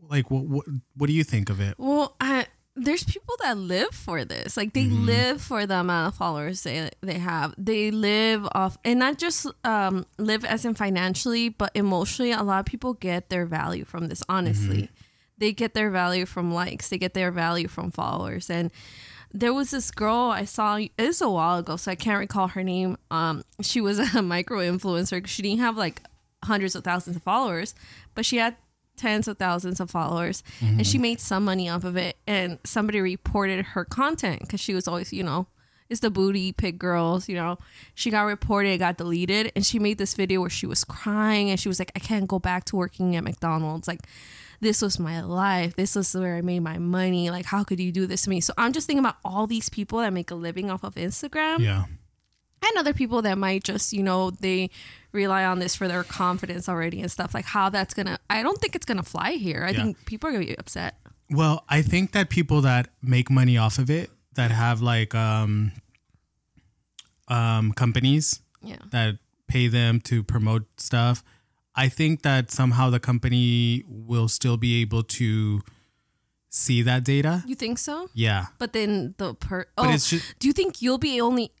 Speaker 2: like what, what what do you think of it?
Speaker 1: Well, I, there's people that live for this. Like they
Speaker 2: Mm-hmm.
Speaker 1: live for the amount of followers they they have. They live off, and not just um,
Speaker 2: Mm-hmm.
Speaker 1: live as in financially, but emotionally. A lot of people get their value from this. Honestly, they get their value from likes, they get their value from followers. And there was this girl I saw it was a while ago, so I can't recall her name. Um, she was a micro influencer. She didn't have like hundreds of thousands of followers, but she had tens of thousands of followers, and she made some money off of it. And somebody reported her content because she was always, you know, it's the booty pic girls, you know. She got reported, got deleted, and she made this video where she was crying and she was like, I can't go back to working at McDonald's. Like, this was my life. This was where I made my money. Like, how could you do this to me? So I'm just thinking about all these people that make a living off of Instagram
Speaker 2: Yeah.
Speaker 1: and other people that might just, you know, they rely on this for their confidence already and stuff. Like, how that's gonna, I don't think it's gonna fly here. I
Speaker 2: Yeah.
Speaker 1: think people are gonna be upset.
Speaker 2: Well, I think that people that make money off of it, that have like um, um, companies
Speaker 1: Yeah.
Speaker 2: that pay them to promote stuff, I think that somehow the company will still be able to see that data.
Speaker 1: You think so?
Speaker 2: Yeah.
Speaker 1: But then the per,
Speaker 2: But
Speaker 1: oh,
Speaker 2: it's just,
Speaker 1: do you think you'll be only,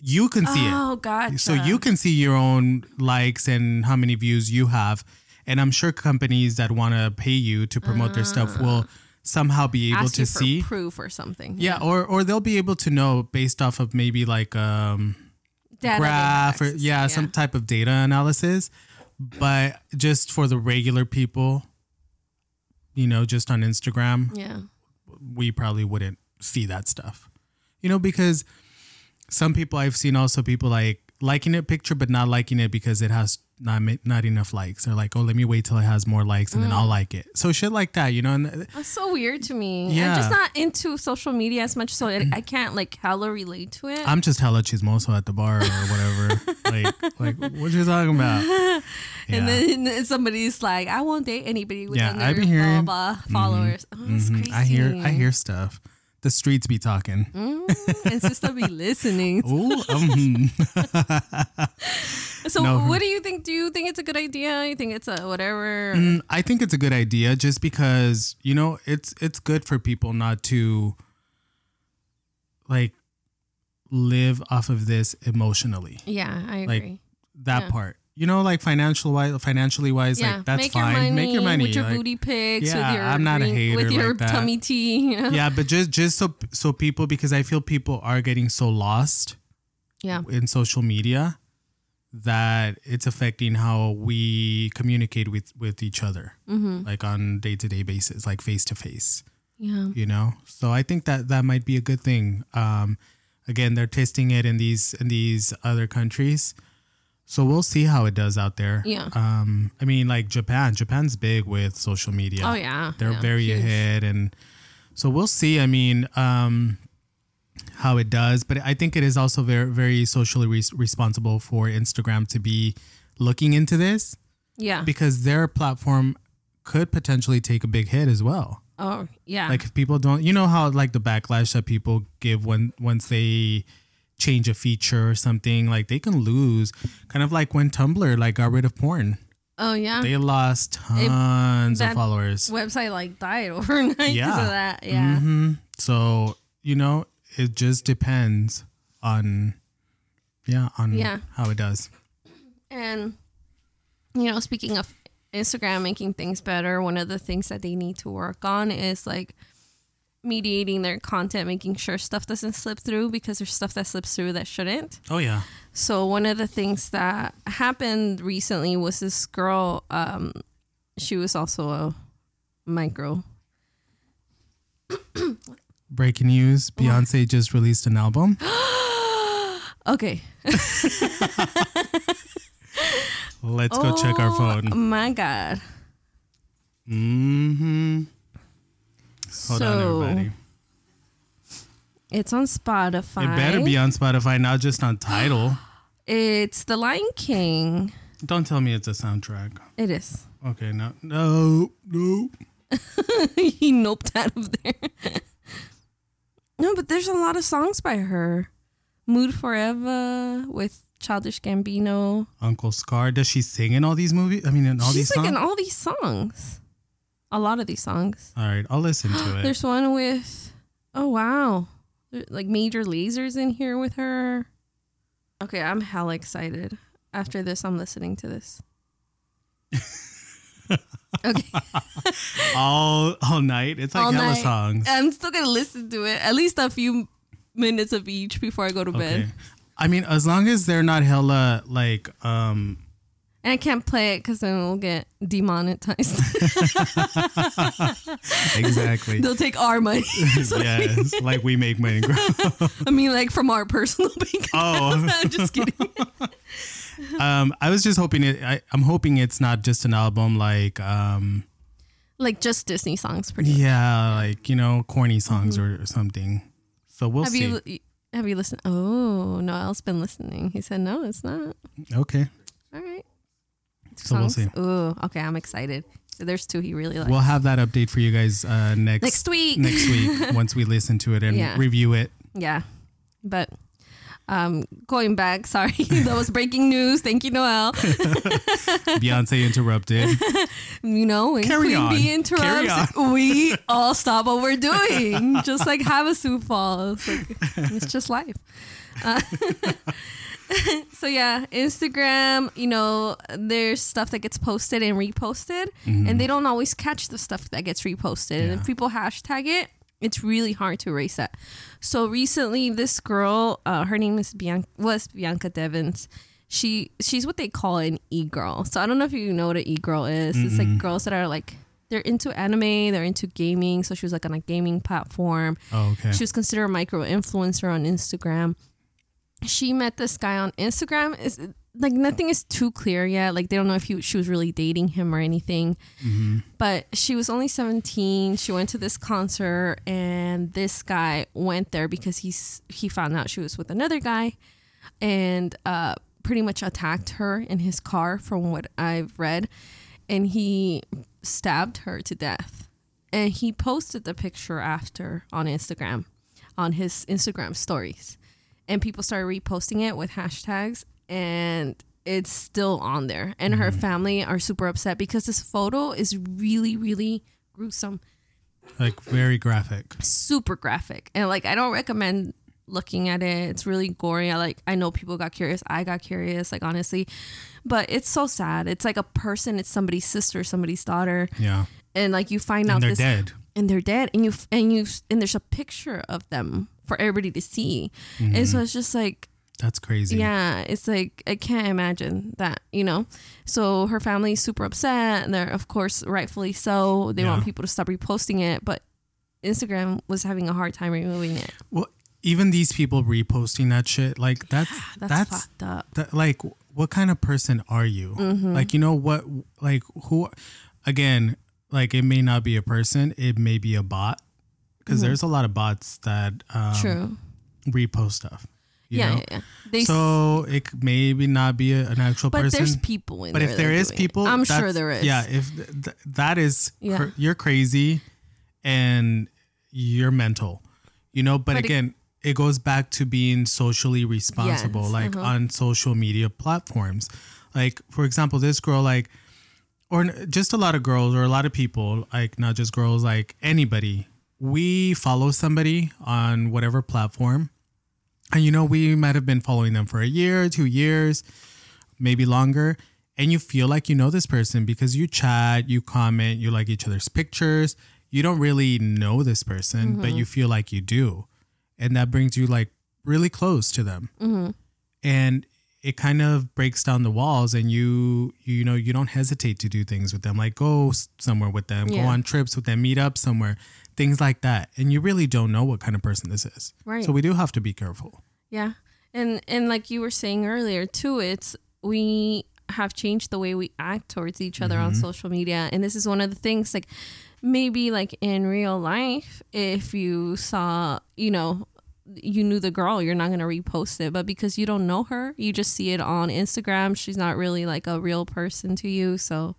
Speaker 2: you can see it.
Speaker 1: oh, gotcha.
Speaker 2: So you can see your own likes and how many views you have. And I'm sure companies that want to pay you to promote their stuff will somehow be able
Speaker 1: Ah. ask
Speaker 2: to
Speaker 1: you for
Speaker 2: see.
Speaker 1: proof or something.
Speaker 2: yeah, or or they'll be able to know based off of maybe like um
Speaker 1: Data they
Speaker 2: graph or
Speaker 1: access.
Speaker 2: yeah, some type of data analysis. But just for the regular people, you know, just on Instagram,
Speaker 1: yeah.
Speaker 2: we probably wouldn't see that stuff. You know, because some people I've seen also people like liking it picture but not liking it because it has not ma- not enough likes. They're like, "Oh, let me wait till it has more likes and then I'll like it." So shit like that, you know. And
Speaker 1: That's so weird to me. I'm
Speaker 2: Yeah.
Speaker 1: just not into social media as much, so I, I can't like hella relate to it.
Speaker 2: I'm just hella chismoso at the bar or whatever. like, like what you talking about? Yeah.
Speaker 1: And then somebody's like, "I won't date anybody with
Speaker 2: Yeah,
Speaker 1: under
Speaker 2: I've been hearing-
Speaker 1: blah, blah, followers." Oh, that's
Speaker 2: Mhm.
Speaker 1: crazy. Mm-hmm.
Speaker 2: I hear I hear stuff. The streets be talking.
Speaker 1: it's just to be listening.
Speaker 2: Ooh, um,
Speaker 1: So,
Speaker 2: Oh, No.
Speaker 1: what do you think? Do you think it's a good idea? You think it's a whatever?
Speaker 2: Mm, I think it's a good idea just because, you know, it's it's good for people not to like live off of this emotionally.
Speaker 1: Yeah, I
Speaker 2: Like,
Speaker 1: agree.
Speaker 2: That
Speaker 1: Yeah.
Speaker 2: part. You know, like financial wise financially wise,
Speaker 1: yeah,
Speaker 2: like that's
Speaker 1: make
Speaker 2: fine.
Speaker 1: your money,
Speaker 2: Make your money.
Speaker 1: with your
Speaker 2: like-
Speaker 1: booty pics.
Speaker 2: Yeah,
Speaker 1: with your
Speaker 2: I'm not a
Speaker 1: green- with
Speaker 2: hater
Speaker 1: your
Speaker 2: like that.
Speaker 1: tummy tea. You know?
Speaker 2: yeah, but just just so so people because I feel people are getting so lost
Speaker 1: yeah,
Speaker 2: in social media that it's affecting how we communicate with with each other
Speaker 1: Mhm.
Speaker 2: like on day-to-day basis like face to face
Speaker 1: yeah.
Speaker 2: you know so i think that that might be a good thing um again they're testing it in these in these other countries so we'll see how it does out there
Speaker 1: Yeah.
Speaker 2: um i mean like japan japan's big with social media
Speaker 1: Oh yeah,
Speaker 2: they're
Speaker 1: yeah,
Speaker 2: very
Speaker 1: huge.
Speaker 2: ahead and so we'll see i mean um how it does but i think it is also very very socially res- responsible for instagram to be looking into this
Speaker 1: Yeah.
Speaker 2: because their platform could potentially take a big hit as well
Speaker 1: oh yeah.
Speaker 2: like if people don't you know how like the backlash that people give when once they change a feature or something like they can lose kind of like when tumblr like got rid of porn
Speaker 1: oh yeah.
Speaker 2: they lost tons
Speaker 1: that-
Speaker 2: of followers
Speaker 1: website like died overnight because
Speaker 2: Yeah.
Speaker 1: of that. Yeah.
Speaker 2: hmm So you know, it just depends on, yeah, on
Speaker 1: Yeah.
Speaker 2: how it does.
Speaker 1: And you know, speaking of Instagram making things better, one of the things that they need to work on is like mediating their content, making sure stuff doesn't slip through because there's stuff that slips through that shouldn't.
Speaker 2: Oh yeah,
Speaker 1: So one of the things that happened recently was this girl. Um, she was also a micro.
Speaker 2: breaking news:
Speaker 1: Oh.
Speaker 2: Beyonce just released an album.
Speaker 1: Okay.
Speaker 2: Let's go check our
Speaker 1: Oh,
Speaker 2: phone.
Speaker 1: My God.
Speaker 2: Mm-hmm. Hold
Speaker 1: so
Speaker 2: on, everybody.
Speaker 1: it's on Spotify.
Speaker 2: It better be on Spotify, not just on title.
Speaker 1: It's The Lion King.
Speaker 2: Don't tell me it's a soundtrack.
Speaker 1: It is.
Speaker 2: Okay, no, no, no.
Speaker 1: he noped out of there. no, but there's a lot of songs by her. Mood Forever with Childish Gambino.
Speaker 2: Uncle Scar. Does she sing in all these movies? I mean, in all
Speaker 1: She's
Speaker 2: these
Speaker 1: like in
Speaker 2: songs.
Speaker 1: all these songs. A lot of these songs.
Speaker 2: all right, I'll listen to it.
Speaker 1: There's one with, oh wow, There- like Major Lasers in here with her. Okay, I'm hella excited. After this, I'm listening to this. Okay.
Speaker 2: all all night. It's like
Speaker 1: All
Speaker 2: hella
Speaker 1: night.
Speaker 2: songs.
Speaker 1: I'm still going to listen to it. At least a few minutes of each before I go to
Speaker 2: Okay.
Speaker 1: bed.
Speaker 2: I mean, as long as they're not hella like um
Speaker 1: And I can't play it because then we'll get demonetized.
Speaker 2: exactly.
Speaker 1: They'll take our money. So,
Speaker 2: yes, like we make money. grow.
Speaker 1: I mean, like from our personal bank.
Speaker 2: Oh,
Speaker 1: I'm just kidding.
Speaker 2: um, I was just hoping it. I, I'm hoping it's not just an album like, um,
Speaker 1: Like just Disney songs, pretty. much.
Speaker 2: yeah, like you know, corny songs or, or something. So we'll
Speaker 1: Mm-hmm. Have
Speaker 2: see.
Speaker 1: you have you listened? Oh, Noel's been listening. He said no, it's not.
Speaker 2: okay,
Speaker 1: All right.
Speaker 2: So we'll see.
Speaker 1: Oh, okay. I'm excited. So there's two he really likes.
Speaker 2: we'll have that update for you guys uh, next
Speaker 1: Next week.
Speaker 2: Next week, once we listen to it and
Speaker 1: Yeah.
Speaker 2: review it.
Speaker 1: yeah, but um, going back. Sorry, that was breaking news. Thank you, Noel.
Speaker 2: Beyonce interrupted.
Speaker 1: You know, when
Speaker 2: Carry
Speaker 1: Queen
Speaker 2: on.
Speaker 1: Bee
Speaker 2: Carry
Speaker 1: interrupts, we all stop what we're doing. just like Havasu Falls. Like, it's just life. Uh, so yeah, Instagram, you know, there's stuff that gets posted and reposted, and they don't always catch the stuff that gets reposted. And
Speaker 2: Mm-hmm. Yeah.
Speaker 1: if people hashtag it, it's really hard to erase that. So recently, this girl, uh, her name is Bianca, was Bianca Devins. She she's what they call an e girl. So I don't know if you know what an e girl is. It's like girls that are like they're into anime, they're into gaming. So she was like on a gaming platform.
Speaker 2: Oh, okay.
Speaker 1: She was considered a micro influencer on Instagram. She met this guy on Instagram. Is like nothing is too clear yet. Like they don't know if he, she was really dating him or anything. But she was only 17. She went to this concert and this guy went there because he's he found out she was with another guy and uh pretty much attacked her in his car from what I've read and he stabbed her to death and he posted the picture after on Instagram, on his Instagram stories, and people started reposting it with hashtags, and it's still on there. And her family are super upset because this photo is really, really gruesome,
Speaker 2: like very graphic.
Speaker 1: super graphic, and like I don't recommend looking at it. It's really gory. I like I know people got curious. I got curious, like honestly, but it's so sad. It's like a person. It's somebody's sister, somebody's daughter,
Speaker 2: Yeah,
Speaker 1: and like you find out
Speaker 2: and they're
Speaker 1: this
Speaker 2: dead.
Speaker 1: and they're dead and you and you and there's a picture of them for everybody to see and
Speaker 2: Mm-hmm.
Speaker 1: so it's just like
Speaker 2: That's crazy.
Speaker 1: yeah it's like i can't imagine that you know so her family's super upset and they're of course rightfully so they want
Speaker 2: Yeah.
Speaker 1: people to stop reposting it but instagram was having a hard time removing it
Speaker 2: Well, even these people reposting that shit, like that's
Speaker 1: that's,
Speaker 2: that's
Speaker 1: fucked up
Speaker 2: that, like what kind of person are you
Speaker 1: Mm-hmm.
Speaker 2: like you know what like who again like it may not be a person it may be a bot because there's a lot of bots that um,
Speaker 1: Mm-hmm. true
Speaker 2: repost stuff you
Speaker 1: yeah,
Speaker 2: know?
Speaker 1: yeah yeah they
Speaker 2: so it c- maybe not be a, an actual
Speaker 1: but
Speaker 2: person
Speaker 1: there's people in
Speaker 2: but
Speaker 1: there
Speaker 2: if
Speaker 1: that are
Speaker 2: there is
Speaker 1: doing it.
Speaker 2: people
Speaker 1: i'm sure
Speaker 2: that's-
Speaker 1: there is
Speaker 2: yeah if th- th- that is
Speaker 1: Yeah.
Speaker 2: cr- you're crazy and you're mental you know but,
Speaker 1: But it-
Speaker 2: again it, goes back to being socially responsible
Speaker 1: Yes,
Speaker 2: like
Speaker 1: uh-huh.
Speaker 2: on social media platforms like for example this girl like or n- just a lot of girls or a lot of people like not just girls like anybody we follow somebody on whatever platform and you know we might have been following them for a year two years maybe longer and you feel like you know this person because you chat you comment you like each other's pictures you don't really know this person but
Speaker 1: Mm-hmm.
Speaker 2: you feel like you do and that brings you like really close to them
Speaker 1: Mm-hmm.
Speaker 2: and it kind of breaks down the walls and you you know you don't hesitate to do things with them like go s- somewhere with them
Speaker 1: Yeah.
Speaker 2: go on trips with them meet up somewhere things like that and you really don't know what kind of person this is
Speaker 1: Right.
Speaker 2: so we do have to be careful
Speaker 1: Yeah. And and like you were saying earlier too, it's we have changed the way we act towards each other on social media. And this is one of the things like maybe like in real life, if you saw, you know, you knew the girl, you're not gonna repost it. But because you don't know her, you just see it on Instagram. She's not really like a real person to you. So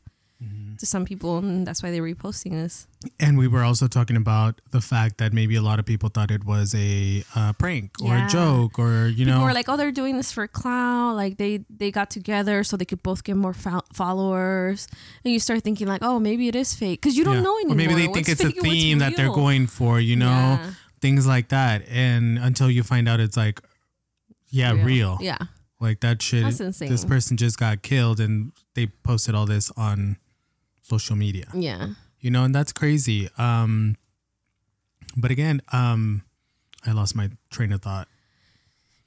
Speaker 1: to some people, and that's why they're reposting this.
Speaker 2: and we were also talking about the fact that maybe a lot of people thought it was a uh, prank or
Speaker 1: Yeah.
Speaker 2: a joke or you
Speaker 1: people
Speaker 2: know
Speaker 1: were like, "Oh, they're doing this for clout. Like they they got together so they could both get more fol- followers." And you start thinking like, "Oh, maybe it is fake," because you don't
Speaker 2: Yeah.
Speaker 1: know
Speaker 2: Or
Speaker 1: anymore.
Speaker 2: maybe they
Speaker 1: What's
Speaker 2: think it's a
Speaker 1: fake and what's
Speaker 2: theme that they're
Speaker 1: real?
Speaker 2: going for, you know,
Speaker 1: Yeah.
Speaker 2: things like that. And until you find out it's like, yeah, real.
Speaker 1: Yeah,
Speaker 2: Like that shit.
Speaker 1: That's insane.
Speaker 2: This person just got killed and they posted all this on social media
Speaker 1: Yeah.
Speaker 2: you know and that's crazy um but again um i lost my train of thought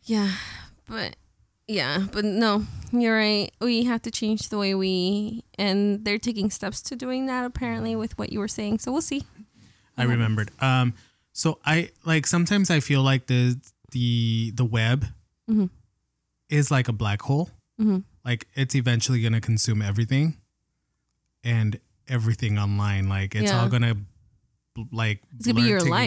Speaker 1: Yeah. But yeah, but no, you're right. We have to change the way we and they're taking steps to doing that apparently with what you were saying. So we'll see.
Speaker 2: i remembered um so i like sometimes i feel like the the the web
Speaker 1: Mhm.
Speaker 2: is like a black hole
Speaker 1: Mhm.
Speaker 2: like it's eventually gonna consume everything and everything online like it's
Speaker 1: Yeah.
Speaker 2: all gonna like
Speaker 1: It's gonna be
Speaker 2: blur
Speaker 1: your life.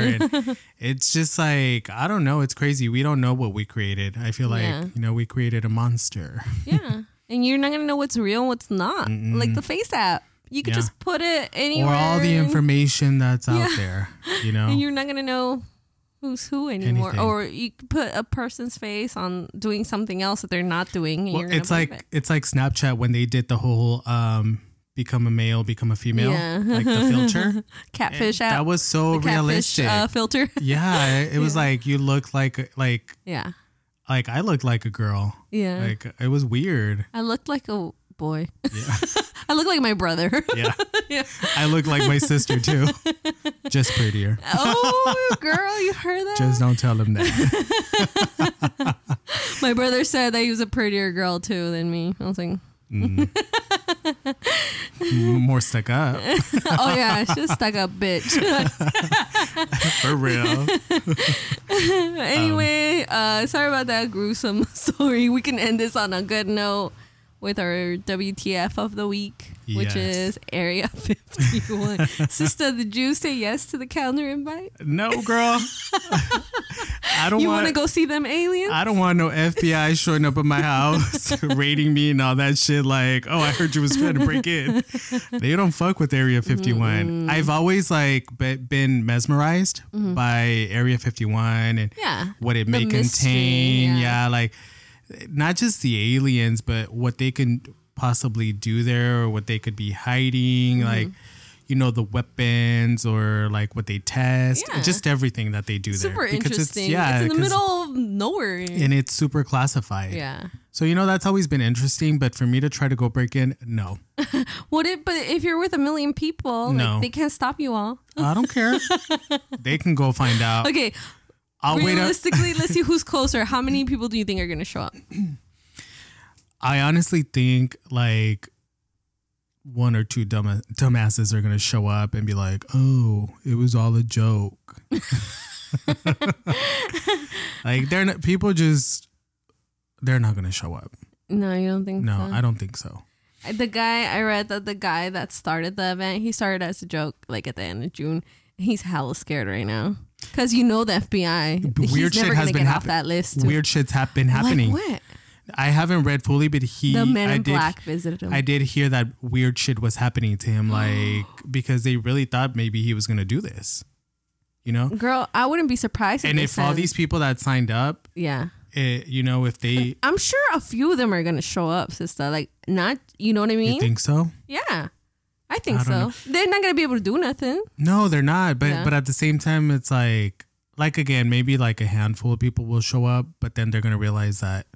Speaker 2: and it's just like i don't know it's crazy we don't know what we created i feel like
Speaker 1: Yeah.
Speaker 2: you know we created a monster
Speaker 1: Yeah. and you're not gonna know what's real and what's not.
Speaker 2: Mm-mm.
Speaker 1: Like the face app. You could
Speaker 2: Yeah.
Speaker 1: just put it anywhere
Speaker 2: or all the
Speaker 1: and-
Speaker 2: information that's out
Speaker 1: Yeah.
Speaker 2: there you know
Speaker 1: and you're not gonna know who's who anymore.
Speaker 2: Oh. Anything.
Speaker 1: Or you could put a person's face on doing something else that they're not doing. And
Speaker 2: well
Speaker 1: you're gonna
Speaker 2: it's like
Speaker 1: believe it.
Speaker 2: it's like snapchat when they did the whole um become a male become a female
Speaker 1: Yeah.
Speaker 2: like the filter
Speaker 1: catfish app.
Speaker 2: that was so
Speaker 1: the catfish,
Speaker 2: realistic
Speaker 1: uh, filter.
Speaker 2: yeah it, it was
Speaker 1: Yeah.
Speaker 2: like you look like like
Speaker 1: yeah.
Speaker 2: like I looked like a girl.
Speaker 1: Yeah.
Speaker 2: Like it was weird.
Speaker 1: I looked like a boy.
Speaker 2: Yeah.
Speaker 1: I look like my brother.
Speaker 2: yeah.
Speaker 1: Yeah.
Speaker 2: I look like my sister too. Just prettier.
Speaker 1: oh, girl, you heard that?
Speaker 2: Just don't tell him that.
Speaker 1: my brother said that he was a prettier girl too than me. I was like,
Speaker 2: More stuck up.
Speaker 1: oh yeah, she's stuck up bitch.
Speaker 2: For real. Um,
Speaker 1: anyway, uh, sorry about that gruesome story. We can end this on a good note with our WTF of the week, which
Speaker 2: Yes.
Speaker 1: is Area 51. Sister, did you say yes to the calendar invite?
Speaker 2: No, girl. I don't
Speaker 1: You want
Speaker 2: want
Speaker 1: to go see them aliens?
Speaker 2: I don't want no FBI showing up at my house, raiding me and all that shit. Like, oh, I heard you was trying to break in. They don't fuck with Area 51. I've always like be- been mesmerized by Area 51 and
Speaker 1: Mm-hmm. Yeah.
Speaker 2: what it
Speaker 1: The
Speaker 2: may
Speaker 1: mystery,
Speaker 2: contain.
Speaker 1: yeah.
Speaker 2: Yeah. like not just the aliens, but what they can possibly do there or what they could be hiding,
Speaker 1: Mm-hmm.
Speaker 2: like you know the weapons or like what they test,
Speaker 1: Yeah.
Speaker 2: just everything that they do
Speaker 1: Super
Speaker 2: there. Because
Speaker 1: interesting. It's, in
Speaker 2: yeah,
Speaker 1: the
Speaker 2: 'cause-
Speaker 1: middle of nowhere.
Speaker 2: and it's super classified.
Speaker 1: yeah.
Speaker 2: So you know that's always been interesting, but for me to try to go break in, no,
Speaker 1: What it? But if you're with a million people,
Speaker 2: No.
Speaker 1: like, they can't stop you all.
Speaker 2: I don't care. they can go find out.
Speaker 1: Okay,
Speaker 2: I'll wait. Up.
Speaker 1: realistically, let's see who's closer. How many people do you think are going to show up?
Speaker 2: I honestly think like one or two dumb dumbasses are gonna show up and be like, "Oh, it was all a joke." like they're not, people just they're not gonna show up.
Speaker 1: No, you don't think
Speaker 2: No,
Speaker 1: so.
Speaker 2: I don't think so.
Speaker 1: the guy I read that the guy that started the event, he started as a joke, like at the end of June. He's hella scared right now because you know the FBI.
Speaker 2: But weird
Speaker 1: He's never
Speaker 2: shit has
Speaker 1: gonna
Speaker 2: been
Speaker 1: get off
Speaker 2: happen-
Speaker 1: that list.
Speaker 2: Weird shit's have been happening.
Speaker 1: Like what?
Speaker 2: I haven't read fully, but he
Speaker 1: The Men
Speaker 2: I
Speaker 1: in
Speaker 2: did
Speaker 1: Black visited him.
Speaker 2: I did hear that weird shit was happening to him, like because they really thought maybe he was gonna do this, you know.
Speaker 1: Girl, I wouldn't be surprised.
Speaker 2: And
Speaker 1: they
Speaker 2: if all
Speaker 1: said-
Speaker 2: these people that signed up,
Speaker 1: yeah,
Speaker 2: it, you know, if they
Speaker 1: I'm sure a few of them are gonna show up, sister. Like not, you know what I mean?
Speaker 2: you think so,
Speaker 1: yeah, I think
Speaker 2: I
Speaker 1: so.
Speaker 2: don't
Speaker 1: They're not gonna be able to do nothing.
Speaker 2: no, they're not. But
Speaker 1: Yeah.
Speaker 2: but at the same time, it's like like again, maybe like a handful of people will show up, but then they're gonna realize that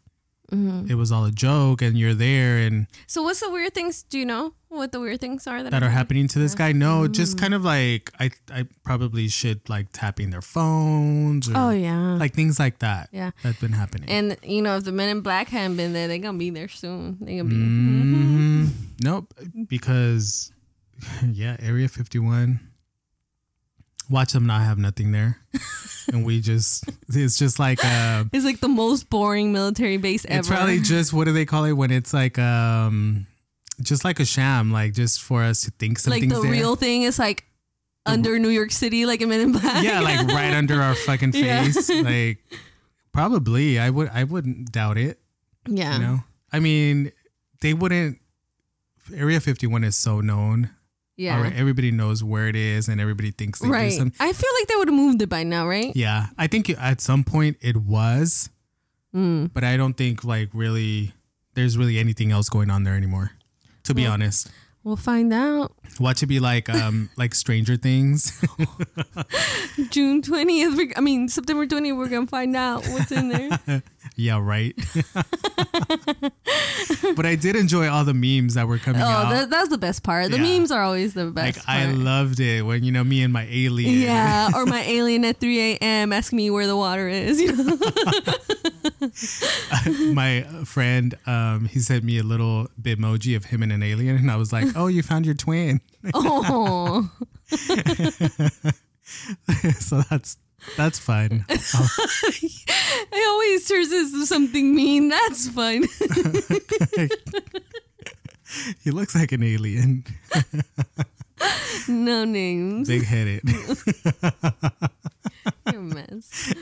Speaker 1: Mm-hmm.
Speaker 2: it was all a joke, and you're there, and
Speaker 1: So what's the weird things? Do you know what the weird things are that,
Speaker 2: that are happening to this guy. No,
Speaker 1: Mm-hmm.
Speaker 2: just kind of like I I probably should like tapping their phones or
Speaker 1: Oh yeah,
Speaker 2: like things like that.
Speaker 1: Yeah.
Speaker 2: that's been happening.
Speaker 1: and you know if the men in black haven't been there, they're gonna be there soon. They're gonna be. Mm-hmm.
Speaker 2: Mm, nope, because yeah, Area 51. Watch them not have nothing there, and we just it's just like uh,
Speaker 1: It's like the most boring military base ever.
Speaker 2: it's probably just what do they call it when it's like um just like a sham, like just for us to think
Speaker 1: like
Speaker 2: something's
Speaker 1: the
Speaker 2: there.
Speaker 1: real thing is like under New York City, like a men in black.
Speaker 2: yeah, like right under our fucking
Speaker 1: Yeah.
Speaker 2: face. Like probably, I would I wouldn't doubt it.
Speaker 1: yeah.
Speaker 2: You know, I mean, they wouldn't. Area 51 is so known.
Speaker 1: Yeah.
Speaker 2: All right, everybody knows where it is, and everybody thinks they do
Speaker 1: Right.
Speaker 2: something.
Speaker 1: I feel like they would have moved it by now, right?
Speaker 2: Yeah, I think at some point it was,
Speaker 1: Mm.
Speaker 2: but I don't think like really there's really anything else going on there anymore. To be honest,
Speaker 1: We'll find out.
Speaker 2: Watch it be like um like Stranger Things.
Speaker 1: June 20th, we- I mean, September 20th, we're going to find out what's in there.
Speaker 2: yeah, right. but I did enjoy all the memes that were coming
Speaker 1: oh,
Speaker 2: out.
Speaker 1: that, that's the best part. The
Speaker 2: Yeah.
Speaker 1: memes are always the best.
Speaker 2: like I
Speaker 1: part.
Speaker 2: loved it when you know me and my alien.
Speaker 1: Yeah, or my alien at 3 a.m. asking me where the water is. You know?
Speaker 2: my friend, um, he sent me a little bitmoji of him and an alien, and I was like, "Oh, you found your twin."
Speaker 1: oh,
Speaker 2: so that's that's fun.
Speaker 1: it always turns into something mean. That's fun.
Speaker 2: he looks like an alien,
Speaker 1: no names.
Speaker 2: big headed.
Speaker 1: You're a mess.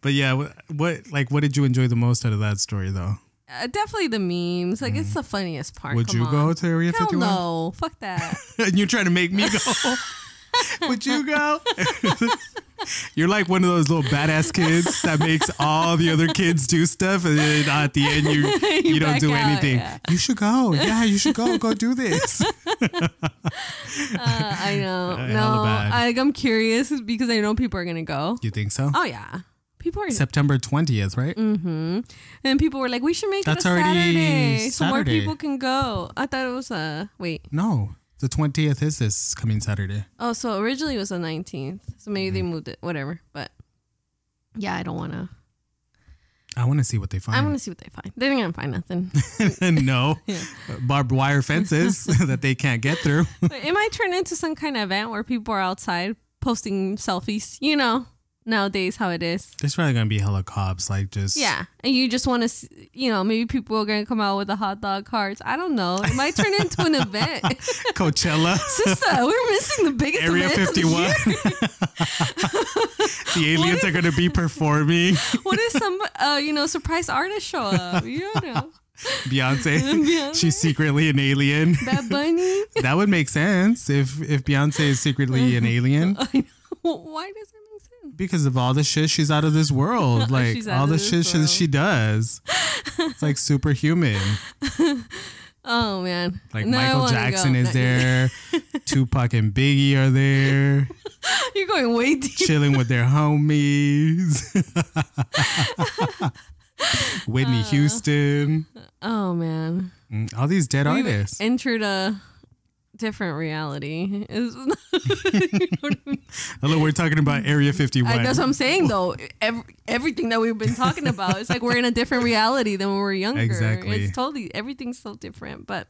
Speaker 2: but yeah, wh- what like what did you enjoy the most out of that story though?
Speaker 1: Uh, definitely the memes. Like, it's the funniest part.
Speaker 2: Mm. Would
Speaker 1: Come
Speaker 2: you
Speaker 1: on.
Speaker 2: go to Area
Speaker 1: Hell
Speaker 2: Fifty One?
Speaker 1: no. Fuck that.
Speaker 2: You're trying to make me go. Would you go? You're like one of those little badass kids that makes all the other kids do stuff, and then at the end you you,
Speaker 1: You
Speaker 2: don't
Speaker 1: back
Speaker 2: do
Speaker 1: out,
Speaker 2: anything.
Speaker 1: yeah.
Speaker 2: You should go. Yeah, you should go. Go do this.
Speaker 1: Uh, I know.
Speaker 2: Uh, hella
Speaker 1: no,
Speaker 2: bad.
Speaker 1: I, I'm curious because I know people are gonna go.
Speaker 2: You think so?
Speaker 1: Oh yeah, people are. Gonna, mm-hmm.
Speaker 2: September 20th, right?
Speaker 1: and people were like, "We should make
Speaker 2: That's
Speaker 1: it a
Speaker 2: already
Speaker 1: Saturday, so more
Speaker 2: Saturday.
Speaker 1: people can go." I thought it was a wait.
Speaker 2: No, the 20th is this coming Saturday.
Speaker 1: Oh, so originally it was the 19th, so maybe
Speaker 2: Mm-hmm.
Speaker 1: they moved it. Whatever, but yeah, I don't wanna.
Speaker 2: I want to see what they
Speaker 1: I'm
Speaker 2: find.
Speaker 1: gonna see what they find. They're not gonna find nothing.
Speaker 2: no, barbed wire fences that they can't get through.
Speaker 1: but it might turn into some kind of event where people are outside posting selfies. You know, nowadays how it is.
Speaker 2: There's probably gonna be hella cops, like just
Speaker 1: Yeah, and you just want to, you know, maybe people are gonna come out with the hot dog carts. I don't know. It might turn into an event.
Speaker 2: Coachella.
Speaker 1: Sister, we're missing the biggest
Speaker 2: Area
Speaker 1: event of the
Speaker 2: 51.
Speaker 1: year.
Speaker 2: the aliens are going to be performing
Speaker 1: What if some, uh, you know, surprise artist show up? You know,
Speaker 2: Beyonce.
Speaker 1: Beyonce.
Speaker 2: She's secretly an alien.
Speaker 1: Bad Bunny.
Speaker 2: That would make sense if if Beyonce is secretly an alien
Speaker 1: I know. Why does that make sense?
Speaker 2: because of all the shit she's out of this world. Like
Speaker 1: She's out
Speaker 2: all
Speaker 1: of
Speaker 2: the
Speaker 1: this
Speaker 2: shit she,
Speaker 1: world.
Speaker 2: she does. It's like superhuman.
Speaker 1: Oh man,
Speaker 2: Like
Speaker 1: No, I
Speaker 2: Michael
Speaker 1: wanna
Speaker 2: Jackson
Speaker 1: go.
Speaker 2: is
Speaker 1: No,
Speaker 2: there, Tupac and Biggie are there,
Speaker 1: You're going way deep.
Speaker 2: chilling with their homies. Whitney
Speaker 1: Uh.
Speaker 2: Houston,
Speaker 1: Oh man,
Speaker 2: Mm, all these dead
Speaker 1: We've
Speaker 2: artists.
Speaker 1: entered a different reality. Is
Speaker 2: Hello, we're talking about Area 51.
Speaker 1: I, that's what I'm saying though. Ev everything that we've been talking about, it's like we're in a different reality than when we were younger.
Speaker 2: Exactly.
Speaker 1: It's totally everything's so different. But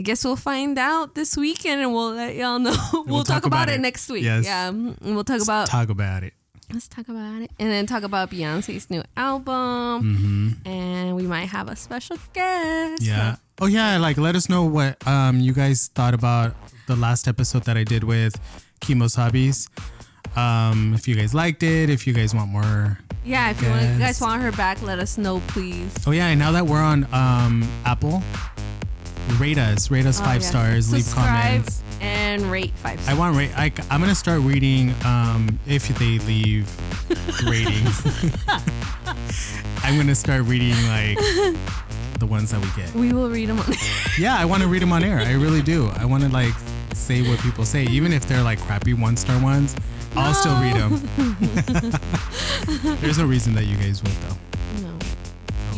Speaker 1: I guess we'll find out this weekend, and we'll let y'all know. We'll, talk, about, it next week.
Speaker 2: Yes.
Speaker 1: Yeah, and we'll talk about
Speaker 2: Talk about it.
Speaker 1: let's talk about it, and then talk about Beyonce's new album, and we might have a special guest.
Speaker 2: Yeah. Oh yeah, like let us know what um you guys thought about the last episode that I did with Chemo's Hobbies. Um if you guys liked it, if you guys want more.
Speaker 1: yeah. If you, want, you guys
Speaker 2: Guest.
Speaker 1: want her back, let us know, please.
Speaker 2: Oh yeah, and now that we're on um Apple, rate us, rate us
Speaker 1: Oh,
Speaker 2: five
Speaker 1: yes.
Speaker 2: stars, leave
Speaker 1: Subscribe
Speaker 2: comments.
Speaker 1: and rate five. Stars.
Speaker 2: I want rate I I'm going to start reading um if they leave ratings. I'm going to start reading like the ones that we get.
Speaker 1: we will read them. On-
Speaker 2: Yeah, I want to read them on air. I really do. I want to like say what people say, even if they're like crappy one star ones. I'll still read them. There's no reason that you guys won't though.
Speaker 1: No.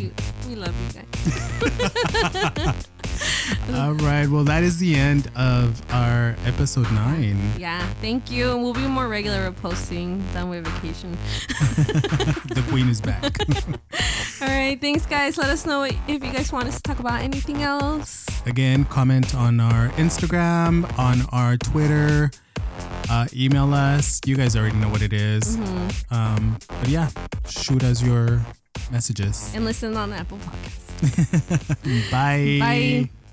Speaker 1: You, we love you guys.
Speaker 2: All right. Well, that is the end of our episode nine,
Speaker 1: Yeah, thank you. And we'll be more regular with posting than with vacation.
Speaker 2: The Queen is back.
Speaker 1: All right, thanks, guys. Let us know if you guys want us to talk about anything else.
Speaker 2: Again, comment on our Instagram, on our Twitter, uh, email us. You guys already know what it is. Um, but yeah, shoot us your messages.
Speaker 1: And listen on Apple Podcasts.
Speaker 2: Bye.
Speaker 1: Bye.